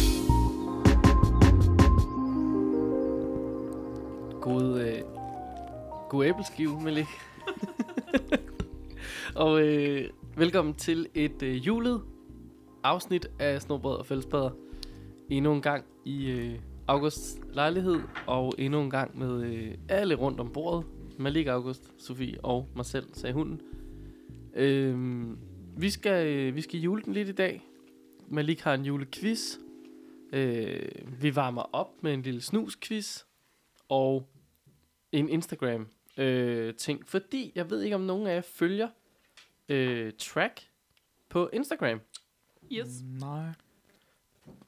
øh, skive med læg. og øh, velkommen til et øh, julet afsnit af Snobrød og Fællesbader. Endnu en gang i øh, Augusts lejlighed, og endnu en gang med øh, alle rundt om bordet. Malik, August, Sofie og mig selv, sagde hunden. Øh, vi, skal, øh, vi skal jule den lidt i dag. Malik har en julequiz. Øh, vi varmer op med en lille snusquiz. Og en Instagram øh, ting, fordi jeg ved ikke, om nogen af jer følger øh, track på Instagram. Yes. Nej.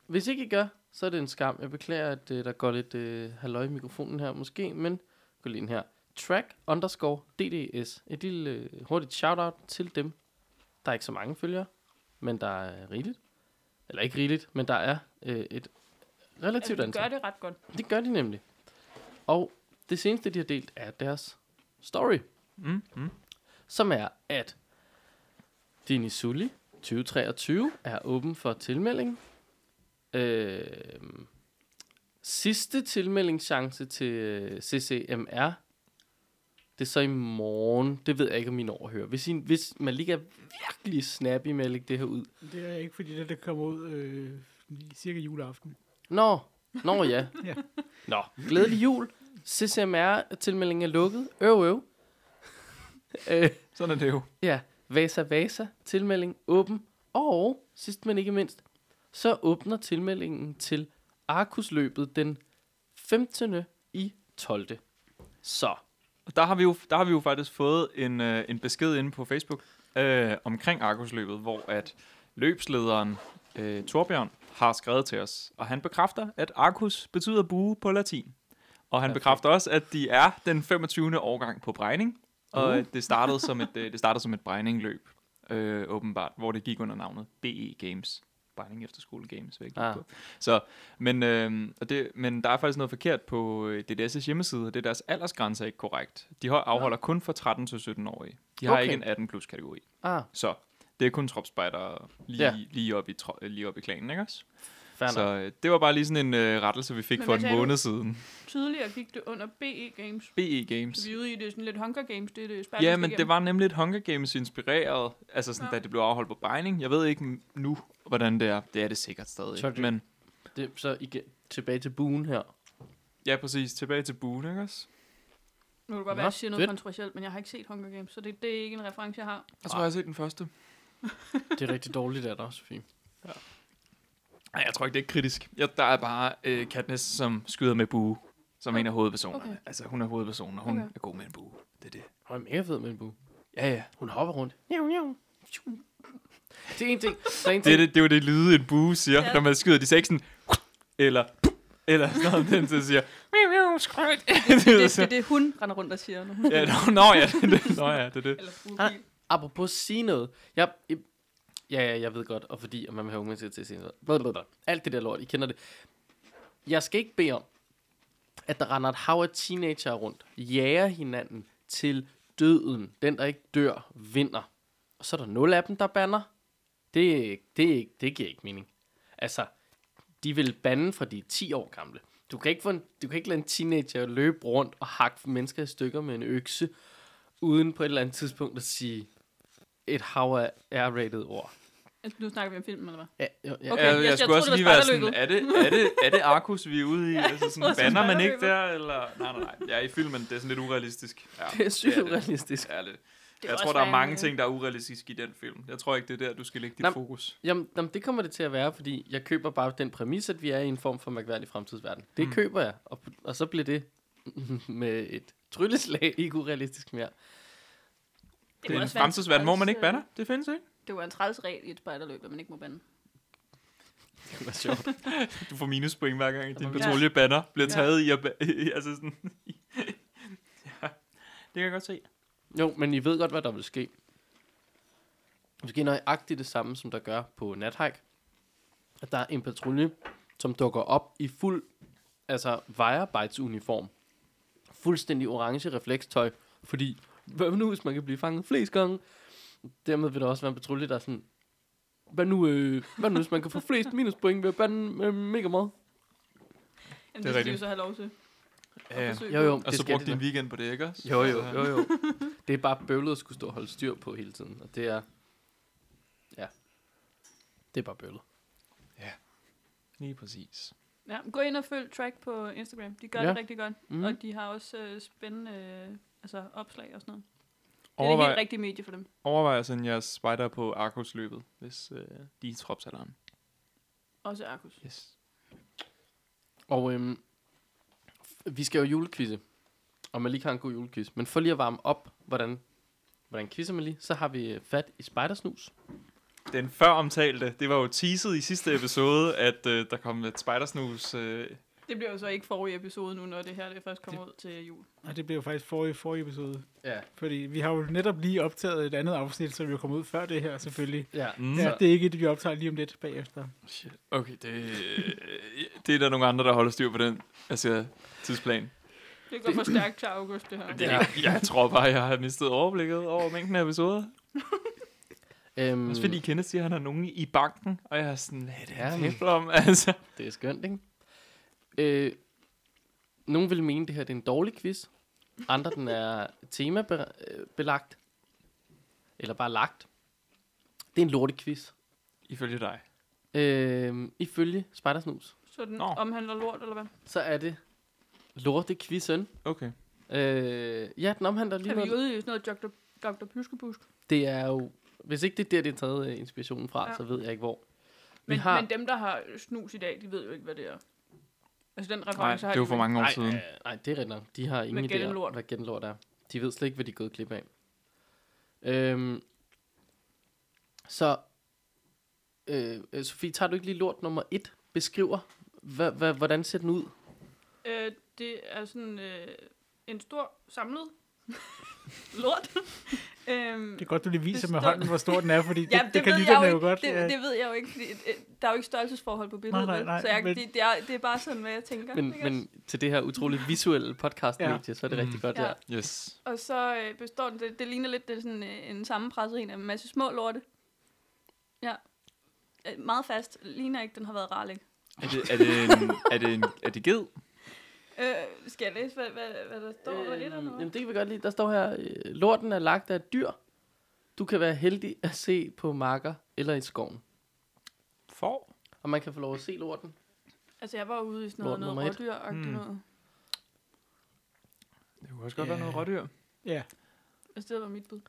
Hvis ikke I gør, så er det en skam. Jeg beklager, at øh, der går lidt øh, halløj i mikrofonen her måske, men gå lige ind her. Track underscore DDS. Et lille øh, hurtigt shoutout til dem. Der er ikke så mange følgere, men der er rigeligt. Eller ikke rigeligt, men der er øh, et relativt Altså, du antal. gør det ret godt. Det gør de nemlig. Og det seneste, de har delt, er deres story, Mm, mm. som er, at Dini Sully 2023 er åben for tilmelding. Øh, sidste tilmeldingschance til øh, CCMR, det er så i morgen. Det ved jeg ikke, om I når at høre. Hvis, I, hvis Malik er virkelig snappy med at lægge det her ud. Det er ikke fordi, det, det kommer ud øh, i cirka juleaften. Nå, nå ja. Ja. Nå, glædelig jul. CCMR-tilmeldingen er lukket. Øv, øv. øh, Sådan er det jo. ja, Vasa Vasa tilmelding åben. Og sidst men ikke mindst, så åbner tilmeldingen til Arkusløbet den 15. i 12. Så, Og der har vi jo, der har vi jo faktisk fået en, øh, en besked inde på Facebook øh, omkring Arkusløbet, hvor at løbslederen øh, Torbjørn har skrevet til os, og han bekræfter, at Arkus betyder bue på latin. Og han Perfekt. bekræfter også, at de er den 25. årgang på Brejning, og Uh. uh. det, startede som et, øh, det startede som et Brejning-løb, øh, åbenbart, hvor det gik under navnet BE Games. Brejning Efterskole Games, vil jeg Ah. ah. på. Så, men, øh, og det, men der er faktisk noget forkert på øh, DDS' hjemmeside, og det er deres aldersgrænse er ikke korrekt. De har- afholder kun for 13 til 17-årige. De har Okay. okay. ikke en 18 plus kategori. ah, Så det er kun tropspejder lige, Ja. ja. lige, op i tro, øh, lige op i klanen, ikke også? fair Så nok. øh, det var bare lige sådan en øh, rettelse, vi fik Men for hvad sagde en du? måned siden. Tidligere gik det under BE Games. BE E Games. Så vi er ude i det sådan lidt Hunger Games, det er det E spærligste Ja, men det igennem. var nemlig et Hunger Games inspireret, altså sådan, Ja. da det blev afholdt på Binding. Jeg ved ikke m- nu, hvordan det er. Det er det sikkert stadig. Så er det- Men Det, så igen, tilbage til buen her. ja, præcis. Tilbage til Boone, ikke også? Nu kan Nå, det godt være, at jeg siger noget fedt. kontroversielt, men jeg har ikke set Hunger Games, så det, det er ikke en reference, jeg har. Jeg tror, jeg har set den første. Det er rigtig dårligt af dig, Sofie. Nej, jeg tror ikke, det er kritisk. Jeg, der er bare øh, Katniss, som skyder med bue, som er en af hovedpersonerne. Okay. Okay. Altså, hun er hovedpersonen, og hun Okay. er god med en bue. Det er det. Hun er mega fed med en bue. Ja, ja. Hun hopper rundt. Miau, miau. Det er en ting. Der er en Det er, ting. det, det er jo det lyde, en bue siger, Ja. ja. når man skyder. De siger ikke sådan, eller, eller sådan noget, den så siger, miau, miau, skrøjt. det, Det, det, det, det er det, hun render rundt og siger, når hun Ja, nå, nå, ja, det, er det, nå, ja, det er det. eller Ah. Buki. Apropos sige noget. Jeg, jeg, ja, ja, jeg ved godt, og fordi at man vil have unge til at sige noget. Blablabla. Alt det der lort, I kender det. Jeg skal ikke bede om, at der render et hav af teenager rundt, jager hinanden til døden. Den, der ikke dør, vinder. Og så er der nul af dem, der banner. Det, det, det giver ikke mening. Altså, de vil bande fra de er 10 år gamle. Du kan, ikke få en, du kan ikke lade en teenager løbe rundt og hakke mennesker i stykker med en økse, uden på et eller andet tidspunkt at sige et hav af R-rated ord. Altså, nu snakker vi om filmen, eller hvad? Ja, jo, ja. Okay, Okay. Ja, jeg- jeg troede, det var sådan, er det, er, det, er det Arkus, vi er ude i? Altså sådan, troede, det var banner man ikke spejderløbet. der? Eller? Nej, nej, nej. Ja, i filmen, det er sådan lidt urealistisk. Ja, Det er sygt realistisk. Ja, lidt. Det er jeg også tror, der er svært, mange øh. ting, der er urealistiske i den film. Jeg tror ikke, det er der, du skal lægge dit Nej. fokus. Jamen, jamen, det kommer det til at være, fordi jeg køber bare den præmis, at vi er i en form for mærkværdig fremtidsverden. Det mm. Mm. køber jeg, og, og så bliver det med et trylleslag ikke urealistisk mere. Det, det er en også være fremtidsverden, hvor man ikke træls, øh, banner. Det findes ikke. Det var en træls regel i et spejderløb, at man ikke må bande. Det kunne være sjovt. Du får minuspoint hver gang, din Ja. patruljebanner bliver Ja. taget i at... ba- altså sådan... ja, det kan jeg godt se. Jo, men I ved godt, hvad der vil ske. Måske nøjagtigt det samme, som der gør på Nathike. At der er en patrulje, som dukker op i fuld altså vejarbejdsuniform. Fuldstændig orange reflekstøj, fordi hvad nu, hvis man kan blive fanget flest gange? Dermed vil der også være en patrulje, der er sådan, hvad nu, øh, hvad nu hvis man kan få flest minuspoint ved at bande øh, mega meget? Jamen, Det det, det skal er vi rigtigt. så have lov til. at Øh, forsøge Jo, jo. på. og det så skal brugte det din da. weekend på det, ikke også? Jo, jo, Altså, jo, jo. Det er bare bøvlet at skulle stå og holde styr på hele tiden. Og det er... Ja. Det er bare bøvlet. Lige præcis. Ja, gå ind og følg track på Instagram. De gør Ja. det rigtig godt. Mm. Og de har også øh, spændende øh, altså opslag og sådan noget. Det er det Overvej, helt rigtige medie for dem. overvej at sende jeres spider på Arkus-løbet, hvis øh, de er i tropsalderen. Også Arkus. Yes. Og øhm, f- vi skal jo julekvizze. Og man lige har en god julequiz. Men for lige at varme op, hvordan, hvordan quizzer man lige, så har vi øh, fat i spidersnus. Den før omtalte, det var jo teaset i sidste episode, at øh, der kom et spidersnus. Øh, Det bliver jo så ikke forrige episode nu, når det her det først kommer ud til jul. Og det blev jo faktisk forrige, forrige episode. Ja. Fordi vi har jo netop lige optaget et andet afsnit, som jo kom ud før det her, selvfølgelig. Ja. mm. Ja, det er ikke det, vi optager lige om lidt bagefter. Shit. Okay, det, øh, det er der nogle andre, der holder styr på den altså, tidsplan. Det går for stærkt til august, det her. Det, jeg, jeg tror bare, jeg har mistet overblikket over mængden af episoder. Øhm, Mm. Også fordi Kenneth siger, at han har nogen i banken, og jeg er sådan, hvad er det, Ja, han men- ja, om? Altså. Det er skønt, ikke? Øh, nogen vil mene, at det her det er en dårlig quiz. Andre, den er temabelagt. Eller bare lagt. Det er en lortig quiz. Ifølge dig. Øh, ifølge Spidersnus, Så den Nå. omhandler lort, eller hvad? så er det lorte quizen. Okay. Øh, ja, den omhandler lige Er vi noget. ude i sådan noget Dr. Dr. Pyskebusk? Det er jo... Hvis ikke det er der, det er taget øh, inspirationen fra, Ja. ja. så ved jeg ikke hvor. Men, har- har... men dem, der har snus i dag, de ved jo ikke, hvad det er. Altså den Nej, reference det har var de for vel- mange år Nej, siden. øh, nej, det er rigtigt nok. De har ingen Hvad idé om, genlort. hvad genlort er. De ved slet ikke, hvad de er gået glip af. Øhm, så, øh, øh, Sofie, tager du ikke lige lort nummer et? Beskriver, hva, hva, hvordan ser den ud? Øh, det er sådan øh, en stor samlet lort. øhm, Det er godt, du lige viser Det med står- hånden, hvor stor den er, fordi det, ja, det, det kan lytterne jo godt. Det, ja. det ved jeg jo ikke, fordi øh, der er jo ikke størrelsesforhold på billedet. nej, vel? nej, så jeg, men- det, det, er, det er bare sådan, hvad jeg tænker. Men, ikke også? men til det her utroligt visuelle podcast ja. så er det Mm. rigtig altså, godt, Ja. ja. Yes. Og så øh, består den, det, det ligner lidt det er sådan øh, en sammenpresset en af en masse små lorte. Ja. Øh, meget fast. Ligner ikke, den har været rar længe. Er det, er det, en, er det, en, er det ged? Øh, skal jeg læse, hvad, hvad, hvad der står? Øh, eller Øhm, noget? jamen, det kan vi godt lide. Der står her, øh, lorten er lagt af et dyr. Du kan være heldig at se på marker eller i skoven. For? Og man kan få lov at se lorten. Altså, jeg var ude i sådan noget, Lort noget nummer et. Hmm. rådyr og Mm. noget. Det kunne også godt være noget Ja. rådyr. ja. Altså, det var mit bud.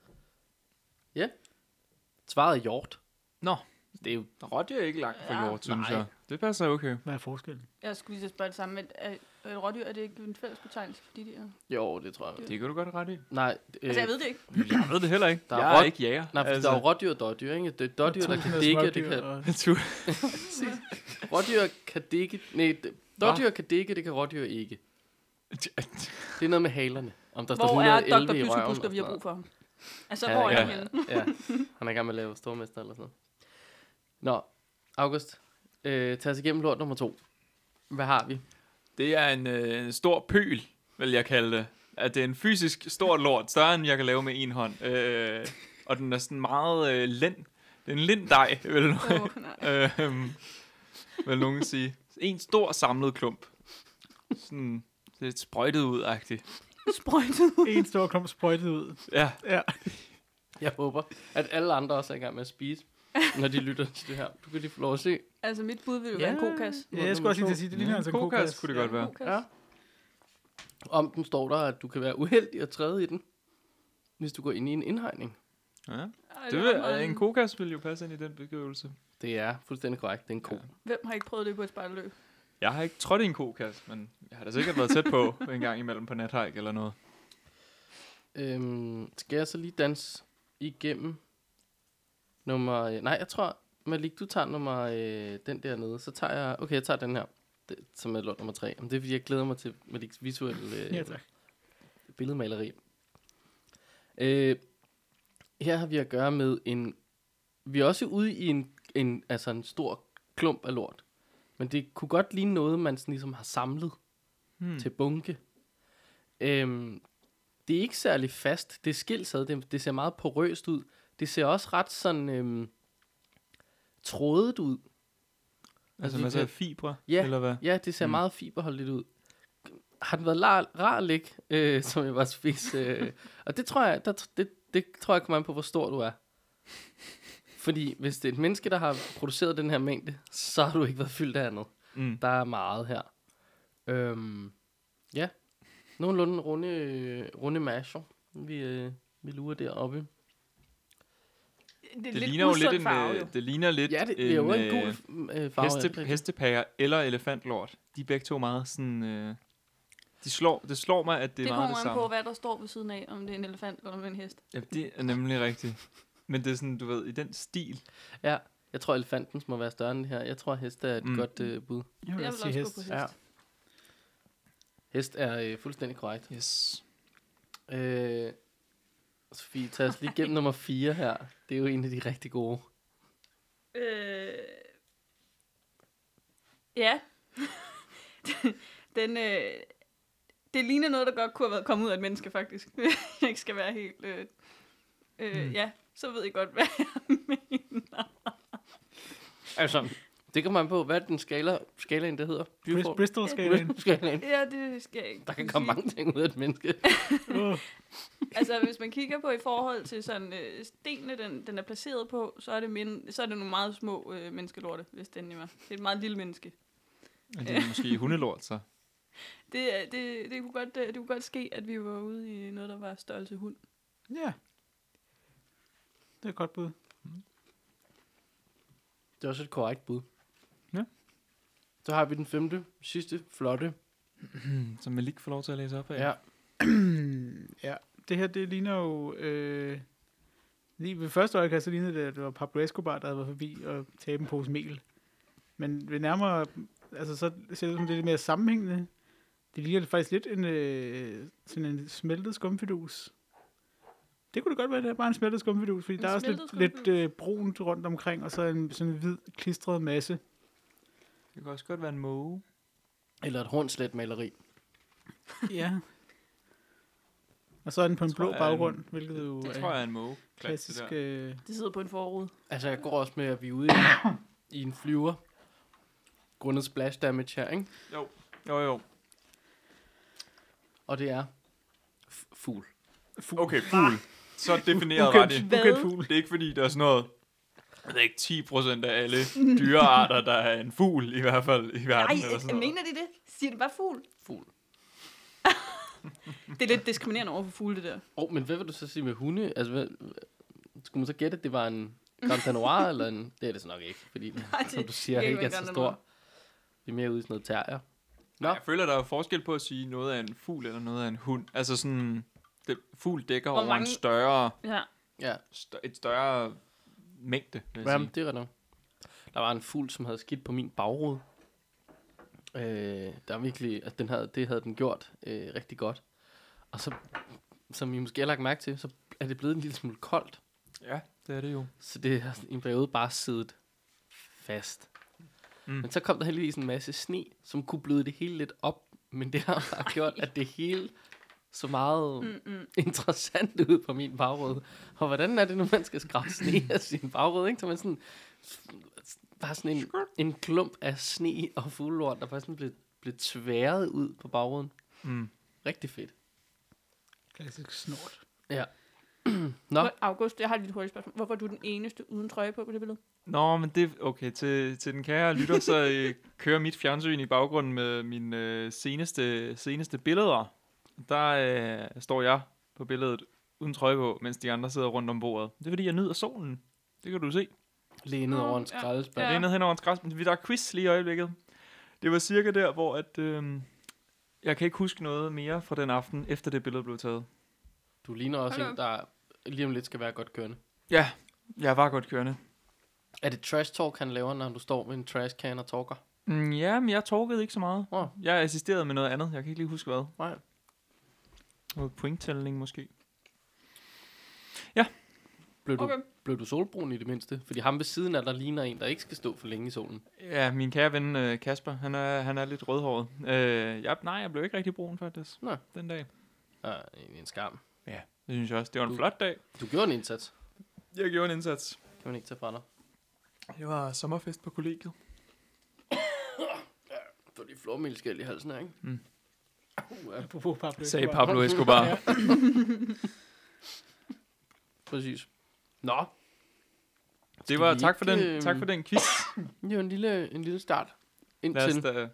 Svaret er hjort. Nå. Det er jo Rådyr er ikke langt fra Ja. jord, synes Nej. jeg. Det passer okay. Hvad er forskellen? Jeg skulle lige så spørge det samme, men er, er rådyr, er det ikke en fælles betegnelse, fordi de er... Jo, det tror jeg. Det kan du godt ret i. Nej, øh, Altså, jeg ved det ikke. Jeg ved det heller ikke. Der Der er er jeg er rot- ikke jæger. Nej, for altså, der er jo rådyr og dårdyr, ikke? Det er dårdyr, der kan dække, og det kan... Natur- Rådyr kan dække... Nej, d- dårdyr kan dække, det kan rådyr ikke. Det er noget med halerne. Om der står Hvor er 111 Dr. i røven og Pyskebusker, sådan vi har noget. brug for ham? Altså, Ja, hvor er ja. han henne? Ja, han er i gang med at lave stormester eller sådan noget. Nå, August, øh, tag os igennem lort nummer to. Hvad har vi? Det er en, øh, en stor pøl, vil jeg kalde det. At det er en fysisk stor lort, større end jeg kan lave med en hånd. Øh, og den er sådan meget øh, lind. Det er en linddej, vil, Åh, nej. øh, vil nogen sige. En stor samlet klump. Sådan lidt sprøjtet ud-agtigt. Sprøjtet. En stor kom sprøjtet ud. Ja, Ja. Jeg håber, at alle andre også er i gang med at spise, når de lytter til det her. Du kan lige få lov at se. Altså, mit bud ville jo være en Ja. kokas. ja, jeg skulle også lige til at sige, det ligner Mm. Ja, altså en kokas kokas. kunne det godt være. Kokas. Ja. Om den står der, at du kan være uheldig at træde i den, hvis du går ind i en indhegning. ja. Ej, Det var vil, meget- en kokas vil jo passe ind i den beskrivelse. Det er fuldstændig korrekt. Det er en ko. Ja. Hvem har ikke prøvet det på et spejderløb? Jeg har ikke trådt i en kokas, men jeg har da sikkert været tæt på en gang imellem på nathike eller noget. Øhm, skal jeg så lige danse igennem nummer... øh, Nej, jeg tror, Malik, du tager nummer øh, den der nede. Så tager jeg... Okay, jeg tager den her, det, som er lort nummer tre. Men det er, fordi jeg glæder mig til Maliks visuelle øh, Ja, tak. billedmaleri. Øh, her har vi at gøre med en... Vi er også ude i en, en, altså en stor klump af lort. Men det kunne godt ligne noget, man sådan ligesom har samlet Hmm. til bunke. Øhm, det er ikke særlig fast. Det er skilsad. Det, det ser meget porøst ud. Det ser også ret sådan øhm, trådet ud. Altså vi masser kan- af fibre, Ja. eller hvad? Ja, det ser Mm. mm. meget fiberholdigt ud. har den været lar, rar at ligge, øh, som jeg bare spiste. Øh. Og det tror jeg, der, det, det tror jeg kommer an på, hvor stor du er. Fordi hvis det er et menneske, der har produceret den her mængde, så har du ikke været fyldt af andet. Mm. Der er meget her. Øhm, ja, nogenlunde runde, øh, runde masher, vi, øh, vi lurer deroppe. Det, det Det ligner jo lidt en, farve, øh, jo. det ligner lidt Ja, det, det er jo en øh, gul øh, farve. ja, det er Heste, rigtigt. hestepager eller elefantlort, de er begge to meget sådan... Øh, de slår, det slår mig, at det, Det er meget kommer det an samme. på, hvad der står ved siden af, om det er en elefant eller om det er en hest. Ja, det er nemlig rigtigt. Men det er sådan, du ved, i den stil. ja, jeg tror, elefanten må være større end det her. Jeg tror, heste er et Mm. mm. godt øh, bud. Jeg vil, Jeg jeg vil også sige hest. gå på hest. Ja. Hest er øh, fuldstændig korrekt. Yes. Øh, Sofie, tag os lige igennem nummer 4 her. Det er jo en af de rigtig gode. Øh, ja. Den, øh, det ligner noget, der godt kunne have været kommet ud af et menneske, faktisk. Hvis jeg ikke skal være helt... Øh, Hmm. øh, mm. Ja, så ved I godt, hvad jeg mener. Altså, det kommer man på, hvad er den skala, skalaen, det hedder. Brist- Bristol-skalaen. Skalaen. Ja, det skal jeg ikke Der kan kunne komme sige. mange ting ud af et menneske. Åh, Altså, hvis man kigger på i forhold til sådan øh, stenene, den, den er placeret på, så er det, min, så er det nogle meget små øh, menneskelorte, hvis den er. Det er et meget lille menneske. Og det er måske hundelort, så. Det, er- det, det, kunne godt, øh, det kunne godt ske, at vi var ude i noget, der var størrelse hund. Ja. Det er et godt bud. Det er også et korrekt bud. Ja. Så har vi den femte, sidste, flotte. Som Malik får lov til at læse op af. Ja. ja, det her, det ligner jo... Øh, lige ved første øjekast, så lignede det, at det var Pablo Escobar, der havde været forbi og taget en pose mel. Men ved nærmere... Altså, så ser det ud som det er lidt mere sammenhængende. Det ligner det faktisk lidt en, øh, sådan en smeltet skumfidus. Det kunne det godt være, det er bare en smeltet skumfidus, fordi En en der er også smeltet lidt, lidt øh, brunt rundt omkring, og så en sådan en hvid, klistret masse. Det kan også godt være en måge. Eller et hornslet maleri. Ja. Og så er den på en Det tror blå jeg er en- baggrund, hvilket jo Det er tror jeg er en måge. klassisk... Det der. Øh, Det sidder på en forrude. Altså, jeg går også med, at vi er ude i, i en flyver. Grundet splash damage her, ikke? Jo, jo, jo. Og det er f- fugl. fugl. Okay, fugl. Så defineret var ukendt, det. Hvad? ukendt fugl. Det er ikke fordi, der er sådan noget... Jeg ved ikke, 10% af alle dyrearter, der er en fugl, i hvert fald i verden. Nej, eller sådan noget. mener de det? Siger det bare fugl? Fugl. Det er lidt diskriminerende over for fugle, det der. Åh, oh, men hvad vil du så sige med hunde? Altså, hvad, skulle man så gætte, at det var en Grand Noir, eller en... Det er det så nok ikke, fordi den, Nej, det som du siger, kan ikke ikke er være ikke så Grand stor. Danois. Vi er mere ude i sådan noget terrier. Nå, Nå. Jeg føler, der er forskel på at sige noget af en fugl eller noget af en hund. Altså sådan... Det, fugl dækker Hvor over mange- en større, Ja. ja, stør, et større mængde, vil jeg Jamen, sige. det er rigtigt. Der var en fugl, som havde skidt på min bagrude. Øh, der er virkelig, altså den havde, det havde den gjort øh, rigtig godt. Og så, som I måske har lagt mærke til, så er det blevet en lille smule koldt. Ja, det er det jo. Så det har sådan i en periode bare siddet fast. Mm. Mm. Men så kom der heldigvis en masse sne, som kunne bløde det hele lidt op. Men det har bare gjort, at det hele så meget Mm-mm. interessant ud på min bagråd. Og hvordan er det nu, man skal skrabe sne af sin bagråd, ikke? Så man sådan, bare sådan en, en klump af sne og fuglelort, der bare sådan blev, blev tværet ud på bagråden. Mm. Rigtig fedt. Klassisk snort. Ja. Nå. Hvor- August, jeg har lige et hurtigt spørgsmål. Hvorfor er du den eneste uden trøje på på det billede? Nå, men det... Okay, til, til den kære lytter, så øh, kører mit fjernsyn i baggrunden med mine øh, seneste, seneste billeder. Der øh, står jeg på billedet uden trøje på, mens de andre sidder rundt om bordet. Det er fordi, jeg nyder solen. Det kan du se. Lænet Nå, over en ja. skraldespand. Ja. Ja. Det er nede hen over en græs, men vi- der er quiz lige i øjeblikket. Det var cirka der, hvor at, øh, jeg kan ikke huske noget mere fra den aften, efter det billede blev taget. Du ligner også Hold en, der lige om lidt skal være godt kørende. Ja, jeg var godt kørende. Er det trash talk, han laver, når du står ved en trash can og talker? Mm, ja, men jeg torkede ikke så meget. Åh. Jeg assisterede med noget andet. Jeg kan ikke lige huske hvad. Nej. Noget pointtælling måske. Blev du, okay. Okay. blev du solbrun i det mindste? Fordi ham ved siden af der ligner en, der ikke skal stå for længe i solen. Ja, min kære ven øh, Kasper, han er, han er lidt rødhåret. Øh, jeg, nej, jeg blev ikke rigtig brun faktisk Nej. den dag. Ah, en, en skam. Ja, det synes jeg også. Det var en Du- flot dag. Du gjorde en indsats. Jeg gjorde en indsats. Kan man ikke tage fra dig. Det var sommerfest på kollegiet. Fordi flormel skal i halsen her, ikke? Mm. Apropos Pablo Sagde Escobar. Pablo Escobar. Ja. Præcis. Nå, Det Skal var, vi tak for, ikke, den, tak for øhm, den quiz. det er jo en lille, en lille start. Lad os Indtil, da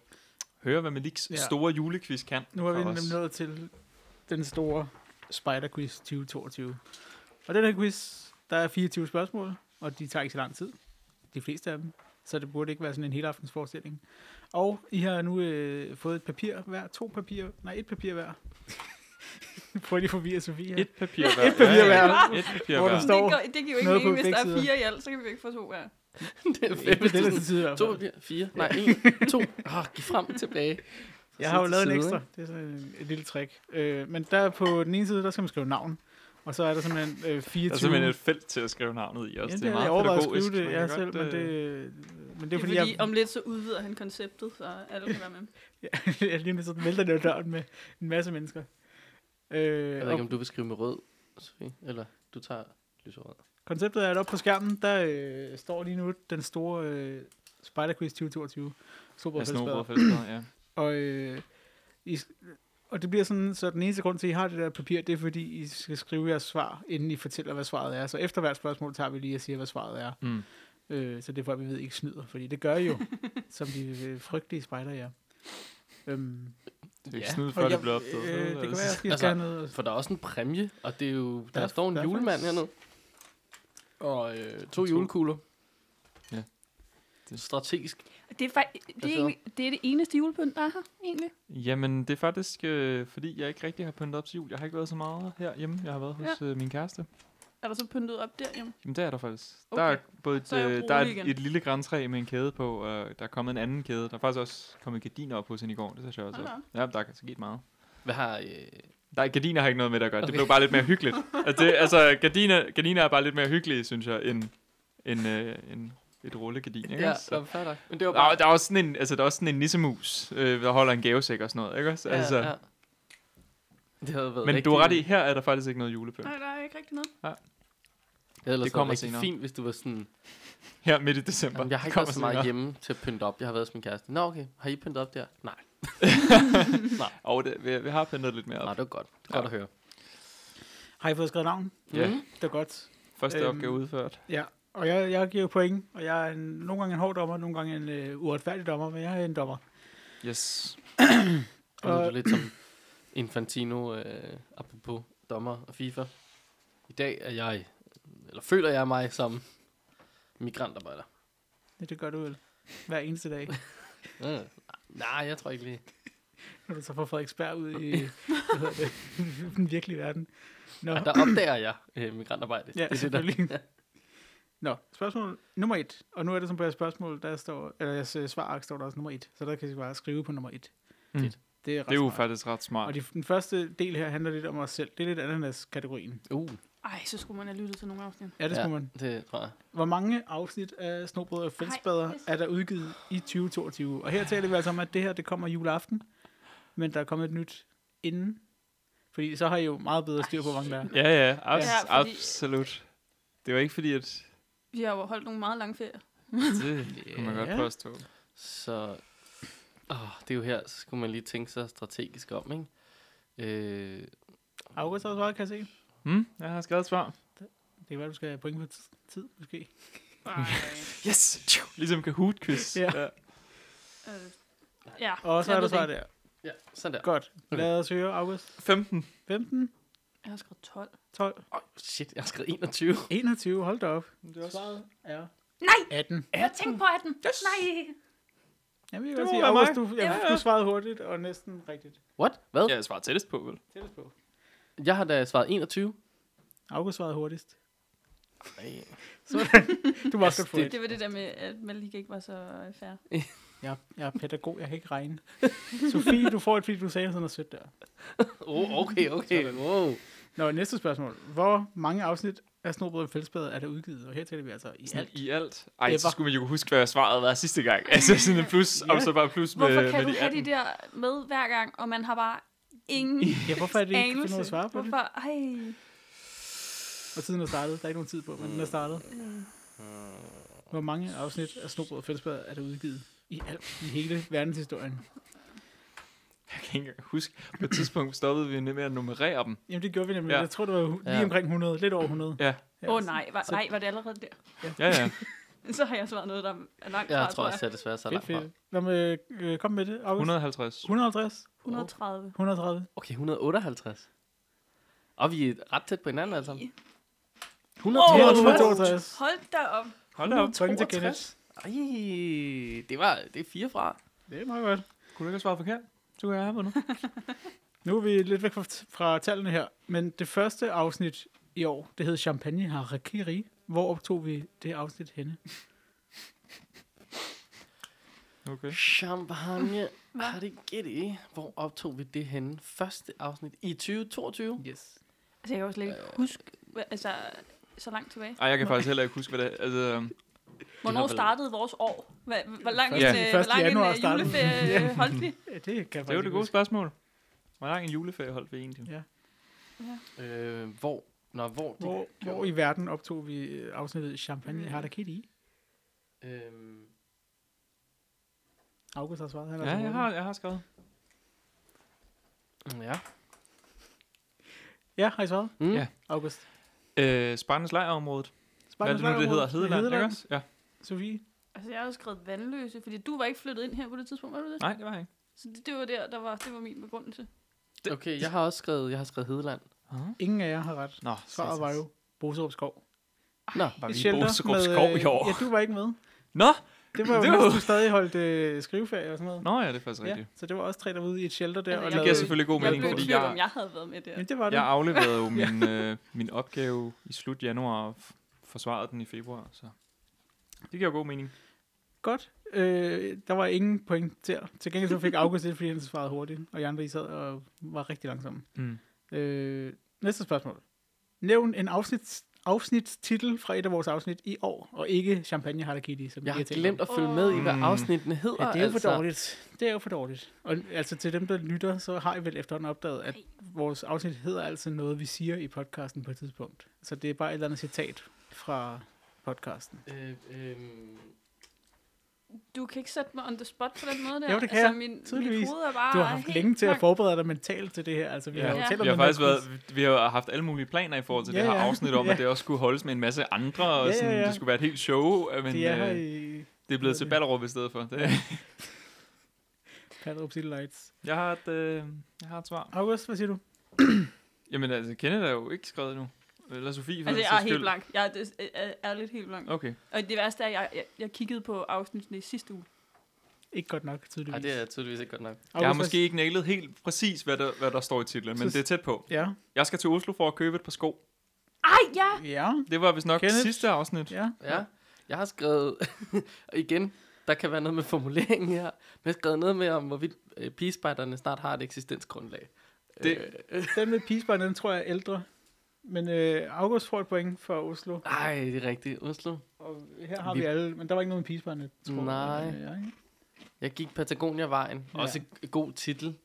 høre, hvad Meliks Ja. store julequiz kan. Nu er vi for os. nemlig nået til den store Spider Quiz 2022. Og den her quiz, der er 24 spørgsmål, og de tager ikke så lang tid. De fleste af dem. Så det burde ikke være sådan en hele aftens forestilling. Og I har nu øh, fået et papir hver. To papirer. Nej, et papir hver. Prøv lige at forvirre Sofie her. Et papir hver. Et papir Ja, ja. hver. Et papir Hvor der hver. står det, går, det giver jo ikke noget på mening, hvis der begge er fire i alt, så kan vi jo ikke få to hver. det er Ikke fem, på det er den sådan, tid i hvert to, fald. fire, fire, nej, en, to. Ah, giv frem, tilbage. Jeg har jo Til lavet en side, ekstra. Det er sådan en- et lille trick. Øh, men der på den ene side, der skal man skrive navn. Og så er der simpelthen øh, 24... Der er simpelthen et felt til at skrive navnet i også. Ja, det er jeg meget overvejede at pædagogisk. skrive det, Man jeg kan selv, godt, men øh, det, men det er fordi fordi, jeg, om lidt så udvider han konceptet, så alle kan være med. jeg lige med sådan vælter det jo døren med en masse mennesker. Øh, Jeg ved og ikke, om du vil skrive med rød, Sofie, eller du tager lyserød. konceptet er, at oppe på skærmen, der øh, står lige nu den store øh, Spider Quiz 2022. Super Ja, fællesbader. snobrødfester, ja. Og, øh, I, og det bliver sådan, så den eneste grund til, at I har det der papir, det er fordi, I skal skrive jeres svar, inden I fortæller, hvad svaret er. Så efter hvert spørgsmål tager vi lige og siger, hvad svaret er. Mm. Øh, så det er folk, vi ved ikke snyder, fordi det gør I jo, som de øh, frygtelige spejder er. Øhm, Det er ikke Ja. snydt, Og før det jeg- bliver opdaget. Øh, det kan være, jeg skal Altså- altså, noget. For der er også en præmie, og det er jo, der, Der er- der står en der er julemand faktisk- hernede. Og øh, to To. julekugler. Ja. Det er strategisk. Det er, faktisk, er det, er egentlig- egentlig, det er det eneste julepynt, der er her, egentlig. Jamen, det er faktisk, øh, fordi jeg ikke rigtig har pyntet op til jul. Jeg har ikke været så meget herhjemme. Jeg har været hos øh, min kæreste. Er der så pyntet op der, jamen? Jamen, det er der faktisk. Okay. Der er både et, Så er jeg øh, der er rolig et, igen. et lille græntræ med en kæde på, og der er kommet en anden kæde. Der er faktisk også kommet gardiner op hos hende i går. Det synes jeg også. Hold da op. op. Ja, der er altså sket meget. Hvad har... Øh, Nej, gardiner har ikke noget med det at gøre. Okay. Det Okay. blev bare lidt mere hyggeligt. altså, det, altså gardiner, gardiner er bare lidt mere hyggelige, synes jeg, end, end, øh, end et rullegardin. Ikke? ja, også? så. fair nok. Men det var Der, er- bare... der, er også sådan en, altså, der er også sådan en nissemus, øh, der holder en gavesæk og sådan noget, ikke også? Altså, ja, ja. Det havde været Men rigtig, du har ret i, her er der faktisk ikke noget julepynt. Nej, der er ikke rigtig noget. Det, havde ellers Det kommer været rigtig senere. fint, hvis du var sådan... Her midt i december. Jamen, jeg har ikke Kommer været så meget senere. hjemme til at pynte op. Jeg har været hos min kæreste. Nå, okay. Har I pyntet op der? Nej. Og det, vi, vi har pyntet lidt mere Nej, op. det var godt. Det er godt Ja. at høre. Har I fået skrevet navn? Ja. Mhm. Det er godt. Første Øhm, opgave udført. Ja, og jeg, jeg giver jo point, og jeg er en, nogle gange en hård dommer, nogle gange en øh, uretfærdig dommer, men jeg er en dommer. Yes. Og nu er du Og- lidt som Infantino, øh, apropos dommer og FIFA. I dag er jeg, eller føler jeg mig som migrantarbejder. Ja, det gør du vel hver eneste dag, Øh, nej, jeg tror ikke lige. når du så får Frederiksberg ud i hvad hedder det, den virkelige verden. Nå, Ja. Der opdager jeg øh, migrantarbejde. ja, det er det, der, selvfølgelig. Nå, spørgsmål nummer et. Og nu er det som på jeres spørgsmål, der står, eller jeres øh, svarark står der også nummer et, så der kan I bare skrive på nummer et. Mm. Det, det er, ret Det er jo smart. faktisk ret Og smart. de, den første del her handler lidt om os selv. Det er lidt ananas-kategorien. uh, Ej, så skulle man have lyttet til nogle afsnit. Ja, det Ja. skulle man. det tror jeg. Hvor mange afsnit af Snobrød og Fældsbader Ej, yes. er der udgivet i 2022? Og her taler vi altså om, at det her det kommer juleaften, men der er kommet et nyt inden. Fordi så har I jo meget bedre styr på, hvor mange der er. Ja, ja. Abs- Ja, fordi- Absolut. Det var ikke fordi, at Vi har jo holdt nogle meget lange ferier. det kunne man godt Ja. påstå. Så åh, det er jo her, så skulle man lige tænke sig strategisk om, ikke? Øh, August har også svaret, kan jeg se. Hmm? Jeg har skrevet et svar. Det kan være, du skal have point på t- tid, måske. Ej. Yes! Tju! Ligesom Kahoot-quiz. Ja. øh, ja, Og så jeg er der ved svaret det. ikke. der. ja, sådan der. Godt. Okay. Lad os høre, August. 15. 15, Jeg har skrevet 12. 12, Oh, shit, jeg har skrevet 21. 21. Hold da op. Det er også... Svaret er Nej! 18. Jeg tænkte på 18. Yes. Nej! Ja, vi kan Det godt må sige, være August, mig. du, ja, Ja, ja. du svarede hurtigt og næsten rigtigt. What? Hvad? Ja, jeg svarer tættest på, vel? Tættest på. Jeg har da svaret 21. August svarede hurtigst. Nej. Sådan. Du var også Altså, få Det, et. det var det der med, at man lige ikke var så øh, fair. Jeg, jeg er pædagog, jeg kan ikke regne. Sofie, du får et, fordi du sagde sådan noget sødt der. Oh, okay, okay. Wow. Nå, næste spørgsmål. Hvor mange afsnit af Snobrød og Fællesbadet er der udgivet? Og her taler vi altså i alt. I alt. Ej, så Ever. skulle man jo huske, hvad svaret var sidste gang. Altså sådan en plus, Ja. og så bare plus med, Hvorfor kan med du de have 18. de der med hver gang, og man har bare ingen Ja, hvorfor er det ikke anelse? noget at svare på det? Hvorfor? Ej. Og tiden er startet. Der er ikke nogen tid på, men den er startet. Hvor mange afsnit af Snobrød og Fællesbadet er der udgivet i alt i hele verdenshistorien? Jeg kan ikke engang huske. På et tidspunkt stoppede vi med at nummerere dem. Jamen, det gjorde vi nemlig. Ja. Jeg tror, det var hu- lige Ja. omkring 100. Lidt over 100. Ja, Åh oh, nej, var, så- nej, var det allerede der? ja, ja. Så har jeg svaret noget, der er langt fra, Jeg tror også, jeg er desværre så Fedt, langt fra. fedt. Nå, men, øh, kom med det, August. 150. 150? 130. 130? Okay, 158. Og vi er ret tæt på hinanden alle sammen. Åh, 162. 162. Hold da op. Hold da op. Trykken til Kenneth. Ej, det var det er fire fra. Det er meget godt. Kunne du ikke have svaret forkert? Så kunne jeg have vundet. Nu er vi lidt væk fra, fra tallene her, men det første afsnit i år, det hed Champagne Harakiri. Hvor optog vi det afsnit henne? Okay. Champagne Harigiri. Hvor optog vi det henne? Første afsnit i 2022. Yes. Altså, jeg kan også slet Øh. ikke huske, hvad- altså, så langt tilbage. Ej, jeg kan faktisk heller ikke huske, hvad det er. Altså, øhm, Hvornår vel- startede vores år? Hva- Hvor lang en, Ja. øh, hvor Første lang en januar øh, startede den. juleferie Ja. øh, holdt vi? Ja, det kan jeg faktisk det er jo ikke det gode huske. spørgsmål. Hvor lang en juleferie holdt vi egentlig? Ja. Øh, hvor? Nå, hvor? Det, Hvor, hvor i verden optog vi øh, afsnittet Champagne Harakiri? Øhm, August har svaret. Han er Ja, altså jeg har, jeg har skrevet. ja. moden. Ja, har I svaret? Mm. Ja. August. Øh, Spartens lejrområdet. Hvad er det nu, det hedder? Hedeland, ikke også? Ja. Sofie? Altså, jeg har jo skrevet vandløse, fordi du var ikke flyttet ind her på det tidspunkt, var du det? Nej, det var jeg ikke. Så det, det var der, der var, det var min begrundelse. Okay, jeg har også skrevet, jeg har skrevet Hedeland. Uh-huh. Ingen af jer har ret. Nå, Svaret var jo Boserup Skov. Nå, Var Et vi i shelter Boserup med, Skov i øh, år? Ja, du var ikke med. Nå! Det var jo, Det var- mens du stadig holdt øh, skriveferie og sådan noget. Nå ja, det er faktisk rigtigt. Ja, så det var også tre derude i et shelter der. Altså, og jeg Det lavede- giver selvfølgelig god jeg mening, blev i fordi tvivl, om jeg, jeg havde været med der. Jamen, det var det. jeg afleverede jo min, øh, min opgave i slut januar og f- forsvarede den i februar, så det giver god mening. Godt. Øh, der var ingen point der. Til gengæld så fik August det, fordi han svarede hurtigt, og jeg andre I sad og var rigtig langsomme. Mm. Øh, næste spørgsmål. Nævn en afsnit, afsnitstitel fra et af vores afsnit i år, og ikke Champagne Harakiri, som jeg I har talt om. glemt at følge med i, hvad Mm. afsnittene hedder. Ja, det er jo for altså. dårligt. Det er jo for dårligt. Og altså til dem, der lytter, så har I vel efterhånden opdaget, at Ej. vores afsnit hedder altså noget, vi siger i podcasten på et tidspunkt. Så det er bare et eller andet citat fra podcasten. Øh, øhm, Du kan ikke sætte mig on the spot på den måde der. Jo, det kan altså, jeg. Min, mit Tydeligvis. hoved er bare Du har haft helt længe til at blank. forberede dig mentalt til det her. Altså, vi Ja. har jo Ja. talt om Vi har den her faktisk quiz. været, vi har haft alle mulige planer i forhold til Ja, det her ja. afsnit om, Ja. at det også skulle holdes med en masse andre, Ja, og ja, sådan, ja. det skulle være et helt show, øh, men De er her øh, i det er blevet til Ballerup i stedet for. Det, Paddle City Lights. jeg, har et, øh, jeg har et svar. August, hvad siger du? Jamen altså, Kenneth er jo ikke skrevet endnu. Eller Sofie, for Altså, den jeg er sags helt skyld. blank. Jeg er, des- er, er, er lidt helt blank. Okay. Og det værste er, at jeg, jeg, jeg kiggede på afsnittene i sidste uge. Ikke godt nok, tydeligvis. ej, det er tydeligvis ikke godt nok. Jeg har August, måske ikke nailet helt præcis, hvad der, hvad der står i titlen, men Så- det er tæt på. hvad- Ja, Jeg skal til Oslo for at købe et par sko. Ej, ja! ja, Det var vist nok Kenneth? sidste afsnit. ja. Ja. Jeg har skrevet, og igen, der kan være noget med formuleringen her, men jeg har skrevet noget med, om hvorvidt øh, pigespejderne snart har et eksistensgrundlag. Det- Øh, Den med Pisbarn, den tror jeg er ældre. Men øh, August får et point for Oslo. ej, det er rigtigt. Oslo. Og her har vi, Vi- alle, men der var ikke nogen Pisbarn, jeg tror. Nej. Men, øh, ja, ikke? Jeg gik Patagonia-vejen. Ja. Ja. Også et god titel.